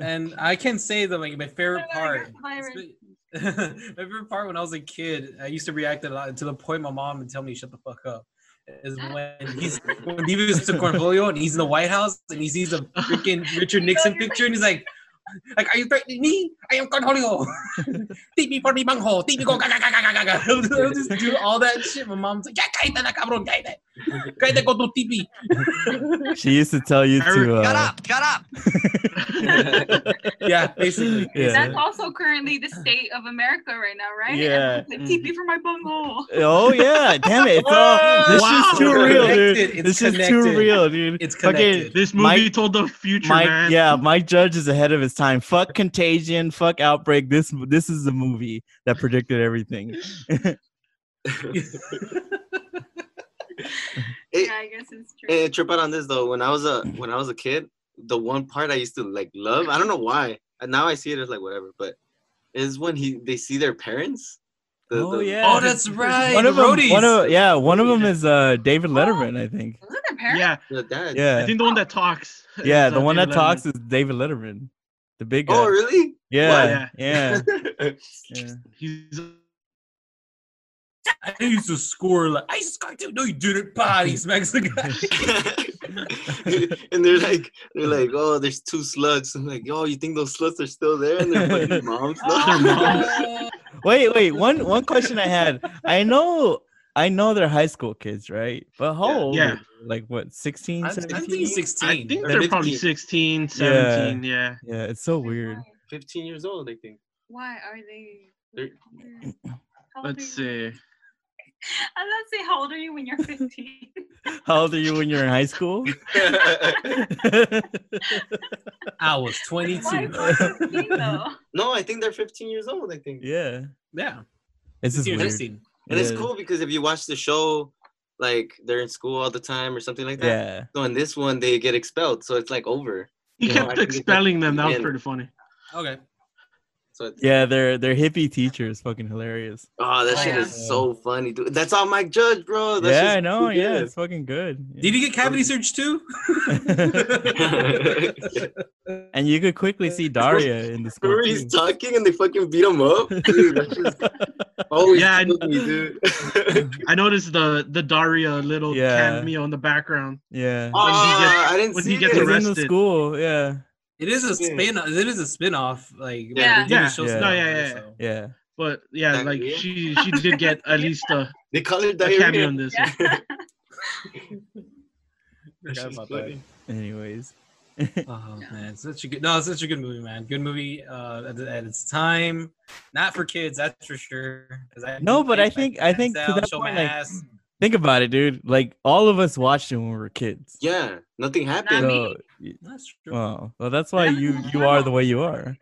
[SPEAKER 3] And I can say that like my favorite
[SPEAKER 5] Oh my
[SPEAKER 3] part.
[SPEAKER 5] God, Byron.
[SPEAKER 3] my favorite part when I was a kid, I used to react a lot to the point my mom would tell me shut the fuck up. Is when he's when Beavis took Cornfolio and he's in the White House and he sees the freaking Richard Nixon picture and he's like, like, are you threatening me? I am Cornfolio. Take me for the mango. Take me go. ga, ga, ga, ga, ga, ga." I'll just do all that shit. My mom's like, yeah, cállate la cabrón, cállate. Cállate con tu tipi.
[SPEAKER 4] She used to tell you
[SPEAKER 7] I re-
[SPEAKER 4] to. Uh,
[SPEAKER 6] shut up.
[SPEAKER 3] Yeah, basically.
[SPEAKER 5] That's also currently the state of America right now, right?
[SPEAKER 4] Yeah.
[SPEAKER 5] Everyone's Like, TP for my bunghole.
[SPEAKER 4] Oh yeah, damn it! It's all, this
[SPEAKER 7] Wow.
[SPEAKER 4] is too real, dude.
[SPEAKER 3] Connected,
[SPEAKER 4] This
[SPEAKER 3] it's
[SPEAKER 4] is too
[SPEAKER 3] connected.
[SPEAKER 4] real, dude.
[SPEAKER 3] It's
[SPEAKER 4] Fucking
[SPEAKER 3] connected.
[SPEAKER 7] This movie
[SPEAKER 4] Mike-
[SPEAKER 7] told the future,
[SPEAKER 4] Mike,
[SPEAKER 7] man.
[SPEAKER 4] yeah, Mike Judge is ahead of his time. Fuck Contagion, fuck Outbreak. This this is the movie that predicted everything.
[SPEAKER 5] Yeah, I guess it's true.
[SPEAKER 6] Hey, trip out on this though. When I was a when I was a kid, the one part I used to like love, I don't know why. And now I see it as like whatever, but is when he they see their parents. The-
[SPEAKER 4] Oh,
[SPEAKER 6] the-
[SPEAKER 4] yeah.
[SPEAKER 3] Oh, that's right.
[SPEAKER 4] one of
[SPEAKER 3] the
[SPEAKER 4] them, one
[SPEAKER 3] roadies.
[SPEAKER 4] of, yeah, one of them is uh, David Letterman, I think.
[SPEAKER 5] Those are their parents.
[SPEAKER 7] yeah.
[SPEAKER 6] the dad.
[SPEAKER 7] I
[SPEAKER 4] Yeah,
[SPEAKER 7] think the one that talks.
[SPEAKER 4] yeah,
[SPEAKER 7] is,
[SPEAKER 4] the
[SPEAKER 7] uh,
[SPEAKER 4] one that
[SPEAKER 7] David
[SPEAKER 4] talks
[SPEAKER 7] Letterman.
[SPEAKER 4] is David Letterman, the big guy.
[SPEAKER 6] Oh really?
[SPEAKER 4] yeah,
[SPEAKER 7] yeah.
[SPEAKER 4] yeah, yeah.
[SPEAKER 7] He's
[SPEAKER 3] I used to score like I used to score too. No, you didn't. Body smacks the guy.
[SPEAKER 6] and they're like they're like, oh, there's two sluts. I'm like, oh, you think those sluts are still there? And they're fucking moms. No,
[SPEAKER 5] Oh.
[SPEAKER 4] Wait, wait. One one question I had. I know, I know they're high school kids, right? But how
[SPEAKER 6] Yeah.
[SPEAKER 4] old?
[SPEAKER 7] Yeah.
[SPEAKER 4] are they? Like what? 16,
[SPEAKER 3] I'm, I'm
[SPEAKER 4] 17?
[SPEAKER 3] thinking 16.
[SPEAKER 7] I think
[SPEAKER 6] They're
[SPEAKER 7] they're probably 16, 17. Yeah.
[SPEAKER 4] Yeah, it's so weird.
[SPEAKER 6] Fifteen years old, I think.
[SPEAKER 5] Why are they?
[SPEAKER 6] They're-
[SPEAKER 5] How old are
[SPEAKER 7] Let's
[SPEAKER 5] you?
[SPEAKER 7] see.
[SPEAKER 5] I was about to say, how old are you when you're 15?
[SPEAKER 4] How old are you when you're in high school?
[SPEAKER 3] I was 22.
[SPEAKER 7] Oh
[SPEAKER 5] Why were you 15 though?
[SPEAKER 6] no, I think they're fifteen years old. I think.
[SPEAKER 4] yeah,
[SPEAKER 3] yeah,
[SPEAKER 4] it's just
[SPEAKER 3] 15 or
[SPEAKER 4] weird.
[SPEAKER 3] 16.
[SPEAKER 6] And it's
[SPEAKER 4] Yeah.
[SPEAKER 6] cool because if you watch the show, like they're in school all the time or something like that.
[SPEAKER 4] Yeah,
[SPEAKER 6] So in this one, they get expelled, so it's like over.
[SPEAKER 7] He
[SPEAKER 6] Yeah. I
[SPEAKER 7] kept
[SPEAKER 6] think it's like
[SPEAKER 7] expelling them. That was
[SPEAKER 6] ten.
[SPEAKER 7] pretty funny.
[SPEAKER 3] Okay.
[SPEAKER 6] So it's,
[SPEAKER 4] yeah. Their their hippie teacher is fucking hilarious.
[SPEAKER 6] oh, that
[SPEAKER 5] Oh,
[SPEAKER 6] shit
[SPEAKER 5] yeah.
[SPEAKER 6] is so funny, dude. That's all Mike Judge, bro. Oh, That's
[SPEAKER 4] yeah,
[SPEAKER 6] just
[SPEAKER 4] I know.
[SPEAKER 6] too
[SPEAKER 4] Yeah,
[SPEAKER 6] good.
[SPEAKER 4] it's fucking good.
[SPEAKER 3] Did you get cavity search too?
[SPEAKER 4] and you could quickly see Daria in the school.
[SPEAKER 6] Remember he's talking and they fucking beat him up, dude. That's just always
[SPEAKER 7] Yeah, I-
[SPEAKER 6] kills me, dude.
[SPEAKER 7] I noticed the the Daria little
[SPEAKER 4] Yeah.
[SPEAKER 7] cameo in the background.
[SPEAKER 4] Yeah,
[SPEAKER 6] Ah, I didn't
[SPEAKER 7] when
[SPEAKER 6] see
[SPEAKER 7] he gets
[SPEAKER 4] he's
[SPEAKER 6] this.
[SPEAKER 4] in the
[SPEAKER 7] arrested.
[SPEAKER 4] school. Yeah,
[SPEAKER 3] it is a
[SPEAKER 6] Yeah.
[SPEAKER 3] spin. It is a spin-off. Like but
[SPEAKER 5] Yeah.
[SPEAKER 3] they did a
[SPEAKER 7] Yeah.
[SPEAKER 3] show
[SPEAKER 4] Yeah.
[SPEAKER 3] spin-off
[SPEAKER 4] No,
[SPEAKER 7] yeah, yeah,
[SPEAKER 3] of it,
[SPEAKER 7] yeah.
[SPEAKER 4] yeah.
[SPEAKER 7] But yeah, like
[SPEAKER 6] Diarrhea?
[SPEAKER 7] she she did get at least a,
[SPEAKER 6] They call it
[SPEAKER 7] a cameo in
[SPEAKER 6] diarrhea.
[SPEAKER 7] this.
[SPEAKER 5] Yeah.
[SPEAKER 3] so. Forgot about that.
[SPEAKER 4] Anyways,
[SPEAKER 3] Oh man, such a good no, such a good movie, man. Good movie uh, at, at its time. Not for kids, that's for sure. 'Cause I
[SPEAKER 4] No, but I
[SPEAKER 3] my
[SPEAKER 4] think- I think to
[SPEAKER 3] hands down,
[SPEAKER 4] that
[SPEAKER 3] show
[SPEAKER 4] point,
[SPEAKER 3] my
[SPEAKER 4] like-
[SPEAKER 3] ass.
[SPEAKER 4] think about it, dude. Like all of us watched it when we were kids.
[SPEAKER 6] Yeah, nothing
[SPEAKER 5] I
[SPEAKER 6] happened.
[SPEAKER 5] mean-
[SPEAKER 4] So, y-
[SPEAKER 3] That's true.
[SPEAKER 4] wow. Well, that's why
[SPEAKER 5] Yeah.
[SPEAKER 4] you you are the way you are.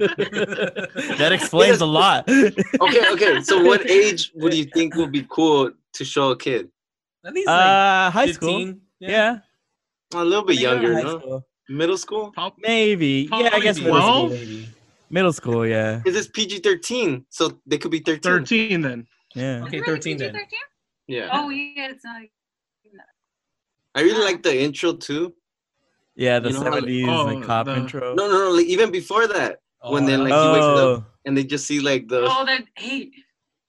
[SPEAKER 4] that
[SPEAKER 6] Yes.
[SPEAKER 4] explains a lot.
[SPEAKER 6] okay, okay. So what age would you think would be cool to show a kid?
[SPEAKER 3] I think it's like
[SPEAKER 4] Uh, high school.
[SPEAKER 3] 15,
[SPEAKER 4] Yeah.
[SPEAKER 6] A little bit
[SPEAKER 4] Maybe not
[SPEAKER 6] younger,
[SPEAKER 4] high
[SPEAKER 6] no?
[SPEAKER 4] school.
[SPEAKER 6] Middle school?
[SPEAKER 4] Maybe. yeah, I
[SPEAKER 6] Probably
[SPEAKER 4] guess middle
[SPEAKER 6] twelve?
[SPEAKER 4] school. Middle school, yeah.
[SPEAKER 6] Because it's PG 13, so they could be 13.
[SPEAKER 7] 13 then.
[SPEAKER 4] Yeah.
[SPEAKER 3] Okay, 13 then.
[SPEAKER 5] Thirteen?
[SPEAKER 6] Yeah.
[SPEAKER 5] Oh yeah, it's not.
[SPEAKER 6] I really like the intro too.
[SPEAKER 4] Yeah, the
[SPEAKER 6] You know how-
[SPEAKER 4] 70s and the
[SPEAKER 7] oh,
[SPEAKER 4] cop
[SPEAKER 7] the-
[SPEAKER 4] intro.
[SPEAKER 6] No, no, no. Like, even before that, when they
[SPEAKER 3] I
[SPEAKER 6] like he wakes up
[SPEAKER 4] oh,
[SPEAKER 6] and they just see like the
[SPEAKER 5] Oh, that hey,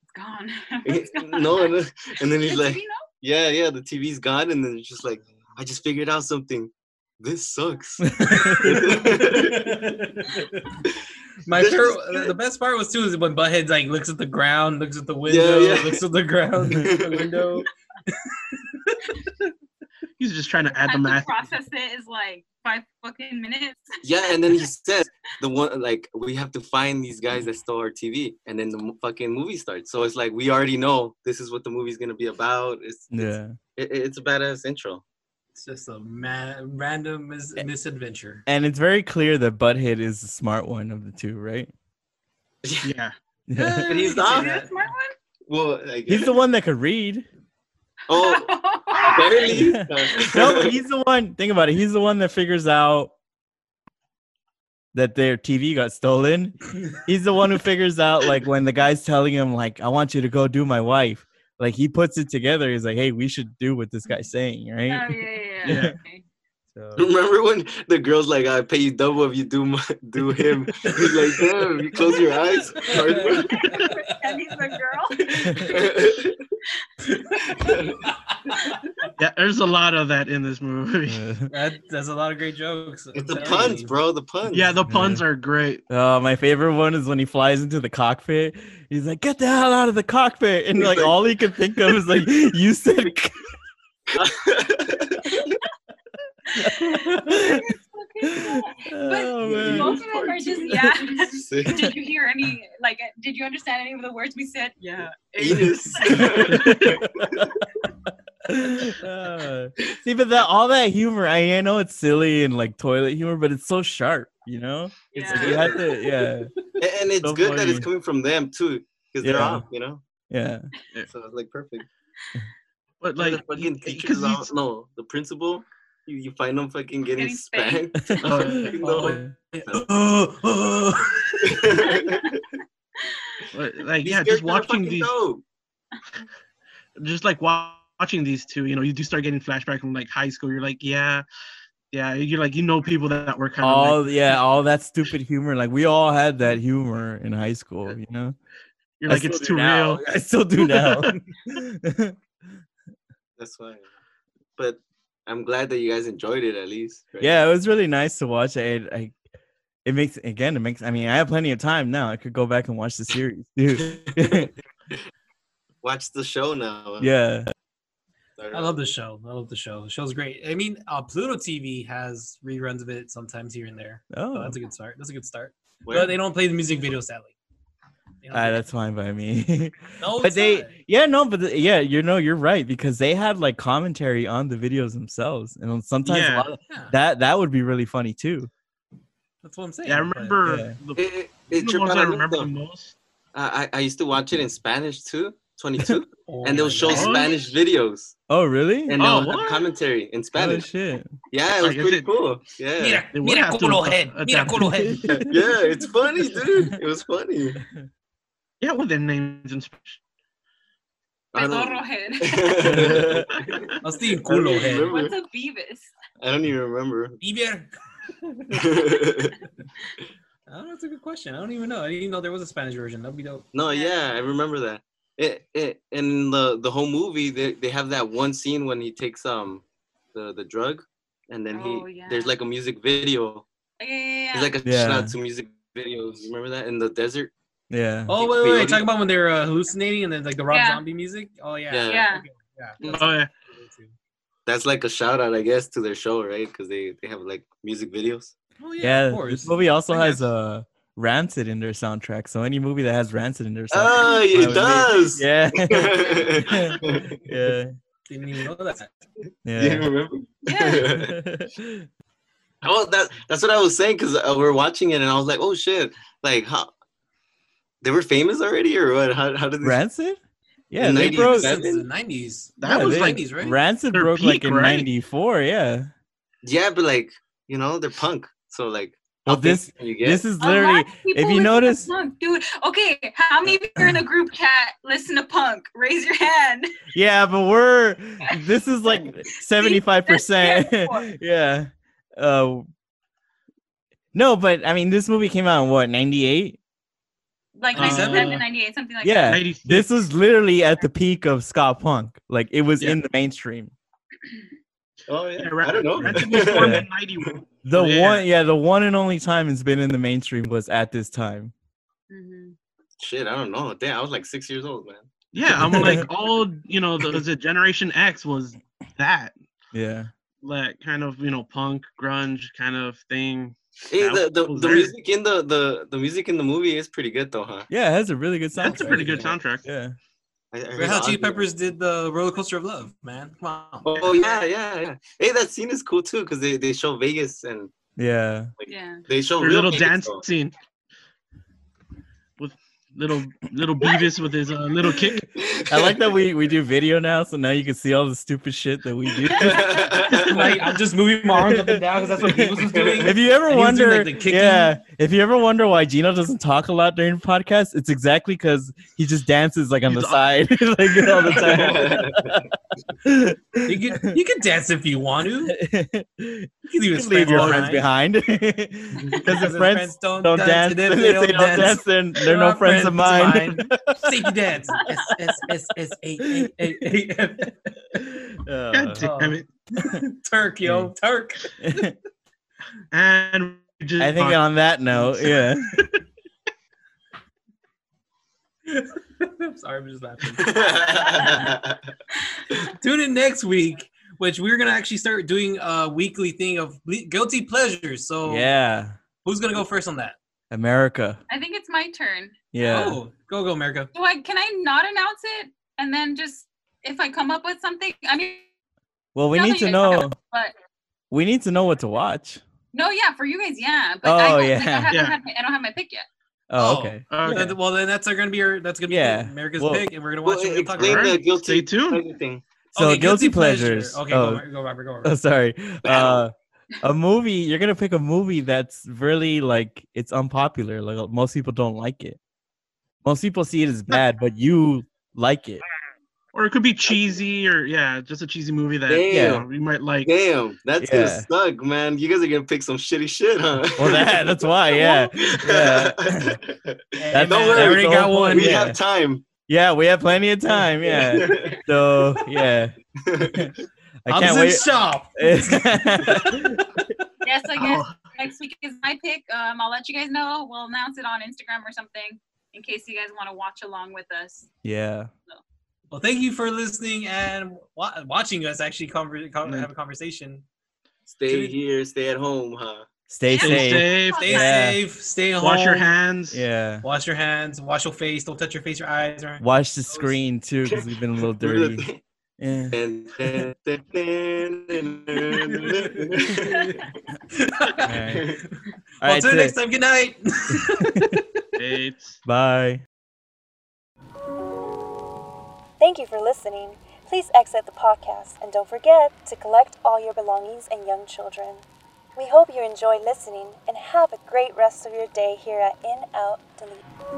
[SPEAKER 5] it's gone. It's gone.
[SPEAKER 6] no, and then, and then he's
[SPEAKER 5] The
[SPEAKER 6] like,
[SPEAKER 5] TV, no?
[SPEAKER 6] yeah, yeah, the TV's gone, and then it's just like, I just figured out something. This sucks.
[SPEAKER 3] My
[SPEAKER 6] This
[SPEAKER 3] favorite,
[SPEAKER 6] is good.
[SPEAKER 3] the best part was too is when Butthead like looks at the ground, looks at the window,
[SPEAKER 6] yeah.
[SPEAKER 3] looks at the ground, the window.
[SPEAKER 7] He's just trying to add the
[SPEAKER 5] Time to
[SPEAKER 7] math.
[SPEAKER 5] process it is like five fucking minutes.
[SPEAKER 6] yeah, and then he says the one like we have to find these guys that stole our TV, and then the mo- fucking movie starts. So it's like we already know this is what the movie's gonna be about. It's
[SPEAKER 4] yeah.
[SPEAKER 6] it, it's a badass intro.
[SPEAKER 3] It's just a ma- random mis-
[SPEAKER 6] Eh.
[SPEAKER 3] misadventure.
[SPEAKER 4] And it's very clear that Butthead is the smart one of the two, right?
[SPEAKER 7] Yeah.
[SPEAKER 4] Yeah.
[SPEAKER 6] But he's
[SPEAKER 3] You can
[SPEAKER 6] not.
[SPEAKER 3] say
[SPEAKER 5] Is it a
[SPEAKER 3] that.
[SPEAKER 5] smart
[SPEAKER 6] Well, I guess.
[SPEAKER 4] he's the one that could read.
[SPEAKER 6] oh,
[SPEAKER 5] one?
[SPEAKER 6] barely.
[SPEAKER 4] no, but he's the one. Think about it. He's the one that figures out that their TV got stolen. He's the one who figures out like when the guy's telling him like, "I want you to go do my wife." Like he puts it together. He's like, "Hey, we should do what this guy's saying,
[SPEAKER 5] oh
[SPEAKER 4] right?"
[SPEAKER 5] yeah, yeah, yeah.
[SPEAKER 7] Yeah.
[SPEAKER 5] Okay.
[SPEAKER 4] So,
[SPEAKER 6] Remember when the girl's like, "I pay you double if you do my, do him." He's like, "Damn, you close your eyes."
[SPEAKER 5] and he's a girl.
[SPEAKER 7] Yeah, there's a lot of that in this movie.
[SPEAKER 4] uh,
[SPEAKER 3] That, that's a lot of great jokes. I'm
[SPEAKER 6] it's the
[SPEAKER 3] telling
[SPEAKER 6] puns,
[SPEAKER 3] you.
[SPEAKER 6] bro. The puns.
[SPEAKER 7] Yeah, the puns are great.
[SPEAKER 4] oh, my favorite one is when he flies into the cockpit. He's like, "Get the hell out of the cockpit!" And like all he could think of is like, "You said." c-"
[SPEAKER 5] But
[SPEAKER 4] oh, man.
[SPEAKER 5] both of them are
[SPEAKER 6] Part
[SPEAKER 5] just
[SPEAKER 6] two.
[SPEAKER 5] yeah.
[SPEAKER 6] Sick.
[SPEAKER 5] Did you hear any like? Did you understand any of the words we said? Yeah.
[SPEAKER 6] Anus.
[SPEAKER 4] Uh, see, but that all that humor, I, I know it's silly and like toilet humor, but it's so sharp, you know. It's like you
[SPEAKER 5] Yeah.
[SPEAKER 4] have to, yeah,
[SPEAKER 6] and it's
[SPEAKER 4] So
[SPEAKER 6] good that it's
[SPEAKER 4] funny.
[SPEAKER 6] coming from them too, because they're
[SPEAKER 4] Yeah.
[SPEAKER 6] off, you know.
[SPEAKER 4] yeah.
[SPEAKER 6] So it's like perfect.
[SPEAKER 7] But
[SPEAKER 6] Like
[SPEAKER 7] like,
[SPEAKER 6] the fucking
[SPEAKER 7] because
[SPEAKER 6] teachers, out,
[SPEAKER 7] he's,
[SPEAKER 6] no, the principal. You, you find them fucking getting,
[SPEAKER 5] Getting spanked.
[SPEAKER 6] spanked.
[SPEAKER 7] Oh,
[SPEAKER 6] No.
[SPEAKER 7] but, like,
[SPEAKER 6] These
[SPEAKER 7] yeah, just
[SPEAKER 6] characters are
[SPEAKER 7] watching
[SPEAKER 6] fucking
[SPEAKER 7] these,
[SPEAKER 6] dope.
[SPEAKER 7] just like wa- watching these two, you know, you do start getting flashback from like high school. You're like, yeah, yeah. You're like, you know, people that were kind of.
[SPEAKER 4] All yeah, all that stupid humor. Like we all had that humor in high school, you know.
[SPEAKER 7] you're
[SPEAKER 4] I
[SPEAKER 7] like,
[SPEAKER 4] still
[SPEAKER 7] it's
[SPEAKER 4] do
[SPEAKER 7] too
[SPEAKER 4] now.
[SPEAKER 7] real.
[SPEAKER 4] I still do now.
[SPEAKER 6] That's why. But I'm glad that you guys enjoyed it at least. right?
[SPEAKER 4] yeah, it was really nice to watch. I, I, it makes again, it makes. I mean, I have plenty of time now. I could go back and watch the series, dude.
[SPEAKER 6] Watch the show now.
[SPEAKER 4] yeah.
[SPEAKER 3] I love the show. I love the show. The show's great. I mean, uh, Pluto TV has reruns of it sometimes here and there. So
[SPEAKER 4] Oh,
[SPEAKER 3] that's a good start. That's a good start.
[SPEAKER 6] Where-
[SPEAKER 3] But they don't play the music video, sadly. They don't
[SPEAKER 4] Ah,
[SPEAKER 3] do
[SPEAKER 4] that's fine by me.
[SPEAKER 3] that. No,
[SPEAKER 4] but
[SPEAKER 3] it's
[SPEAKER 4] they
[SPEAKER 3] not.
[SPEAKER 4] yeah no but the, yeah you know you're right because they had like commentary on the videos themselves and on- sometimes a
[SPEAKER 7] Yeah.
[SPEAKER 4] lot of,
[SPEAKER 3] Yeah,
[SPEAKER 4] that that would be really funny too
[SPEAKER 3] that's what I'm saying.
[SPEAKER 7] Yeah, I
[SPEAKER 3] but-
[SPEAKER 7] remember
[SPEAKER 4] Yeah.
[SPEAKER 7] the,
[SPEAKER 6] It, it, it
[SPEAKER 7] the
[SPEAKER 6] tripped
[SPEAKER 7] ones
[SPEAKER 6] out
[SPEAKER 7] I
[SPEAKER 6] on me,
[SPEAKER 7] remember
[SPEAKER 6] though.
[SPEAKER 7] the most.
[SPEAKER 6] I, I I used to watch it in Spanish too, 22,
[SPEAKER 3] Oh
[SPEAKER 6] and they'll
[SPEAKER 3] my
[SPEAKER 6] show
[SPEAKER 3] God.
[SPEAKER 7] God.
[SPEAKER 6] Spanish videos
[SPEAKER 4] oh really
[SPEAKER 6] and
[SPEAKER 7] Oh,
[SPEAKER 6] they'll have
[SPEAKER 7] what?
[SPEAKER 6] commentary in
[SPEAKER 4] oh
[SPEAKER 6] Spanish.
[SPEAKER 4] shit
[SPEAKER 6] yeah, it
[SPEAKER 7] I
[SPEAKER 6] was
[SPEAKER 7] guess
[SPEAKER 6] pretty
[SPEAKER 7] it-
[SPEAKER 6] cool. Yeah.
[SPEAKER 3] Mira,
[SPEAKER 7] They would
[SPEAKER 3] mira
[SPEAKER 7] have to
[SPEAKER 3] colo
[SPEAKER 7] ad-
[SPEAKER 3] head. Mira
[SPEAKER 7] adapt
[SPEAKER 3] colo
[SPEAKER 7] it.
[SPEAKER 3] head.
[SPEAKER 6] yeah, it's funny, dude. It was funny.
[SPEAKER 7] Yeah, with their names in Spanish.
[SPEAKER 6] I don't,
[SPEAKER 5] Pedorro head.
[SPEAKER 7] Oh,
[SPEAKER 6] I
[SPEAKER 3] I'll see culo
[SPEAKER 6] don't
[SPEAKER 3] head.
[SPEAKER 5] What's
[SPEAKER 6] remember.
[SPEAKER 5] a Beavis?
[SPEAKER 6] I don't even remember.
[SPEAKER 3] Beaver. I don't know. It's Oh, a good question. I don't even know. I didn't even know there was a Spanish version. That'd be dope.
[SPEAKER 6] no, yeah, I remember that. It, it, and the the whole movie, they, they have that one scene when he takes um the, the drug, and then he
[SPEAKER 5] Oh, yeah.
[SPEAKER 6] there's like a music video
[SPEAKER 5] Yeah, yeah, yeah.
[SPEAKER 6] It's like a
[SPEAKER 4] Yeah.
[SPEAKER 6] shout out to music videos. You remember that in the desert?
[SPEAKER 4] yeah
[SPEAKER 3] Oh wait,
[SPEAKER 6] Wait,
[SPEAKER 3] wait,
[SPEAKER 6] what
[SPEAKER 3] wait.
[SPEAKER 6] do
[SPEAKER 3] Talking
[SPEAKER 6] you-
[SPEAKER 3] about when they're uh, hallucinating and then like the Rob
[SPEAKER 5] Yeah.
[SPEAKER 3] Zombie music. Oh yeah.
[SPEAKER 6] Yeah.
[SPEAKER 5] Yeah.
[SPEAKER 3] Okay, yeah.
[SPEAKER 7] Oh yeah.
[SPEAKER 3] That's good too.
[SPEAKER 6] That's like a shout out, I guess, to their show, right? Because they, they have like music videos.
[SPEAKER 3] Oh
[SPEAKER 4] yeah,
[SPEAKER 3] yeah. Of
[SPEAKER 4] this
[SPEAKER 3] course.
[SPEAKER 4] movie also
[SPEAKER 3] I
[SPEAKER 4] has
[SPEAKER 3] guess.
[SPEAKER 4] uh rancid in their soundtrack so any movie that has rancid in their soundtrack
[SPEAKER 6] Oh,
[SPEAKER 4] would
[SPEAKER 6] it
[SPEAKER 4] be-
[SPEAKER 6] does.
[SPEAKER 4] yeah
[SPEAKER 6] you
[SPEAKER 4] yeah
[SPEAKER 3] Didn't even know that.
[SPEAKER 4] yeah
[SPEAKER 6] remember?
[SPEAKER 5] Yeah.
[SPEAKER 6] oh, that that's what I was saying because uh, we're watching it and I was like, oh shit, like how they were famous already or what? How, how did they?
[SPEAKER 4] rancid yeah
[SPEAKER 6] In
[SPEAKER 4] they broke
[SPEAKER 3] Since
[SPEAKER 6] 97?
[SPEAKER 3] the nineties.
[SPEAKER 7] That was
[SPEAKER 4] they-
[SPEAKER 7] like
[SPEAKER 3] nineties, right?
[SPEAKER 4] rancid
[SPEAKER 7] their
[SPEAKER 4] broke like
[SPEAKER 7] peak,
[SPEAKER 4] in
[SPEAKER 7] right?
[SPEAKER 4] 94 yeah
[SPEAKER 6] Yeah, but like you know, they're punk. So like,
[SPEAKER 4] Well,
[SPEAKER 6] how big
[SPEAKER 4] this-
[SPEAKER 6] can you get?
[SPEAKER 4] This is literally, if you notice,
[SPEAKER 5] punk, dude. Okay, how many of you are in the group chat listen to punk? Raise your hand.
[SPEAKER 4] yeah, but we're this is like seventy five percent. Yeah. Uh, no, but I mean, this movie came out in what ninety eight.
[SPEAKER 5] Like
[SPEAKER 4] Uh,
[SPEAKER 5] 97, 98, something like
[SPEAKER 4] yeah,
[SPEAKER 5] that.
[SPEAKER 4] this was literally at the peak of ska punk. Like it was in the mainstream.
[SPEAKER 6] Oh yeah,
[SPEAKER 7] I don't know.
[SPEAKER 4] Yeah. The one, yeah, the one and only time it's been in the mainstream was at this time.
[SPEAKER 5] Mm-hmm.
[SPEAKER 6] Shit, I don't know. Damn, I was like six years old, man.
[SPEAKER 7] Yeah, I'm like all you know. The, was it Generation X was that
[SPEAKER 4] Yeah.
[SPEAKER 7] like kind of you know punk grunge kind of thing.
[SPEAKER 6] Hey,
[SPEAKER 7] That
[SPEAKER 6] the, the,
[SPEAKER 7] was
[SPEAKER 6] the
[SPEAKER 7] there.
[SPEAKER 6] music in the, the the music in the movie is pretty good though, huh?
[SPEAKER 4] Yeah, it has a really good soundtrack.
[SPEAKER 7] That's a pretty good soundtrack.
[SPEAKER 4] Yeah.
[SPEAKER 6] I, I
[SPEAKER 3] Red
[SPEAKER 6] heard
[SPEAKER 3] Hot Chili
[SPEAKER 6] Ozzy-
[SPEAKER 3] Peppers did the roller coaster of love, man. Come on.
[SPEAKER 6] Oh yeah, yeah, yeah. Hey, that scene is cool too because they, they show Vegas and
[SPEAKER 4] Yeah.
[SPEAKER 5] Yeah.
[SPEAKER 6] they show
[SPEAKER 7] Their
[SPEAKER 6] real
[SPEAKER 7] little
[SPEAKER 6] Vegas,
[SPEAKER 7] dance
[SPEAKER 6] though.
[SPEAKER 7] scene with little little Beavis with his uh, little kick.
[SPEAKER 4] I like that we we do video now, so now you can see all the stupid shit that we do.
[SPEAKER 3] like I'm just moving my arms up and down because that's what Beavis was doing.
[SPEAKER 4] if you ever
[SPEAKER 3] And he was doing,
[SPEAKER 4] wonder,
[SPEAKER 3] like, the kicking.
[SPEAKER 4] yeah, if you ever wonder why Gino doesn't talk a lot during podcasts, it's exactly because he just dances like on the
[SPEAKER 7] He's
[SPEAKER 4] side, like all the time.
[SPEAKER 3] You can you can dance if you want to. You can leave,
[SPEAKER 4] you
[SPEAKER 3] his
[SPEAKER 4] can leave your
[SPEAKER 3] friends
[SPEAKER 4] friends
[SPEAKER 3] behind.
[SPEAKER 4] behind because
[SPEAKER 3] Because
[SPEAKER 4] if friends don't dance,
[SPEAKER 3] and
[SPEAKER 4] if they don't dance, then they're no
[SPEAKER 3] not
[SPEAKER 4] friends of mine.
[SPEAKER 3] Safety dance. S S S S A A A
[SPEAKER 7] God
[SPEAKER 4] Uh,
[SPEAKER 7] damn it!
[SPEAKER 3] A. Turk,
[SPEAKER 4] Mm.
[SPEAKER 3] yo, Turk.
[SPEAKER 7] And we just
[SPEAKER 4] I think on that note, yeah.
[SPEAKER 3] I'm sorry, I'm just laughing. Tune in next week, which we're gonna actually start doing a weekly thing of ble- guilty pleasures. So
[SPEAKER 4] Yeah.
[SPEAKER 3] who's gonna go first on that?
[SPEAKER 4] America.
[SPEAKER 5] I think it's my turn.
[SPEAKER 4] Yeah.
[SPEAKER 3] Oh, go go America.
[SPEAKER 5] Do I can I not announce it and then just if I come up with something? I mean,
[SPEAKER 4] Well, we
[SPEAKER 5] now
[SPEAKER 4] need
[SPEAKER 5] that
[SPEAKER 4] to
[SPEAKER 5] you guys have
[SPEAKER 4] know.
[SPEAKER 5] it, but
[SPEAKER 4] We need to know what to watch.
[SPEAKER 5] no, yeah, for you guys, yeah. But I,
[SPEAKER 4] Oh,
[SPEAKER 5] don't- like, I
[SPEAKER 4] yeah.
[SPEAKER 5] haven't
[SPEAKER 7] Yeah.
[SPEAKER 5] had my, I don't have my pick yet.
[SPEAKER 4] Oh,
[SPEAKER 3] Oh.
[SPEAKER 4] okay.
[SPEAKER 7] Okay.
[SPEAKER 3] Then- Well, then that's our- gonna be our that's gonna be
[SPEAKER 4] Yeah.
[SPEAKER 3] America's
[SPEAKER 4] Well-
[SPEAKER 3] pick, and we're gonna watch
[SPEAKER 6] well,
[SPEAKER 3] it. We'll talk
[SPEAKER 6] explain
[SPEAKER 3] about it.
[SPEAKER 6] the
[SPEAKER 7] Alright,
[SPEAKER 6] guilty
[SPEAKER 7] stay tuned.
[SPEAKER 6] pleasure thing.
[SPEAKER 4] So
[SPEAKER 3] Okay,
[SPEAKER 4] guilty, pleasures.
[SPEAKER 3] Pleasure. Okay,
[SPEAKER 4] oh,
[SPEAKER 3] go, Mar- go Robert. Go
[SPEAKER 4] oh,
[SPEAKER 3] Robert.
[SPEAKER 4] sorry. Uh,
[SPEAKER 6] Battle.
[SPEAKER 4] a movie. You're gonna pick a movie that's really like it's unpopular. Like most people don't like it. Most people see it as bad, but you like it.
[SPEAKER 7] Or it could be cheesy, or yeah, just a cheesy movie that you,
[SPEAKER 6] Damn.
[SPEAKER 7] know, you might like.
[SPEAKER 6] Damn, that's
[SPEAKER 4] Yeah.
[SPEAKER 6] gonna suck, man. You guys are gonna pick some shitty shit, huh?
[SPEAKER 4] Well, that that's why. Yeah. Yeah. That's,
[SPEAKER 6] Don't
[SPEAKER 4] I
[SPEAKER 6] worry,
[SPEAKER 4] already got
[SPEAKER 3] Cole.
[SPEAKER 4] one.
[SPEAKER 6] we
[SPEAKER 4] Yeah.
[SPEAKER 6] have time.
[SPEAKER 4] yeah, we have plenty of time. Yeah. So yeah, I
[SPEAKER 3] I'm in
[SPEAKER 4] can't wait.
[SPEAKER 3] shop.
[SPEAKER 5] Yes, I guess
[SPEAKER 7] Oh,
[SPEAKER 5] next week is my pick. Um, I'll let you guys know. We'll announce it on Instagram or something in case you guys want to watch along with us.
[SPEAKER 4] yeah.
[SPEAKER 3] Well, thank you for listening and wa- watching us actually conver-
[SPEAKER 7] Mm.
[SPEAKER 3] con- have a conversation.
[SPEAKER 6] Stay here, stay at home, huh?
[SPEAKER 4] Stay
[SPEAKER 5] Yeah.
[SPEAKER 7] stay
[SPEAKER 4] safe.
[SPEAKER 7] safe.
[SPEAKER 3] Stay
[SPEAKER 4] Yeah.
[SPEAKER 3] safe. Stay home.
[SPEAKER 7] Wash your hands.
[SPEAKER 4] Yeah.
[SPEAKER 3] Wash your hands. Wash your face. Don't touch your face, your eyes. Or-
[SPEAKER 4] Watch the screen too, because we've been a little dirty. Yeah. Alright.
[SPEAKER 3] well,
[SPEAKER 4] Alright,
[SPEAKER 3] until next
[SPEAKER 4] that's it.
[SPEAKER 3] time. Good night.
[SPEAKER 7] It's-
[SPEAKER 4] Bye.
[SPEAKER 2] Thank you for listening. Please exit the podcast and don't forget to collect all your belongings and young children. We hope you enjoy listening and have a great rest of your day here at In Out Delete.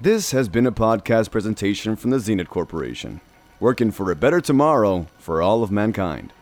[SPEAKER 1] This has been a podcast presentation from the Zenit Corporation, working for a better tomorrow for all of mankind.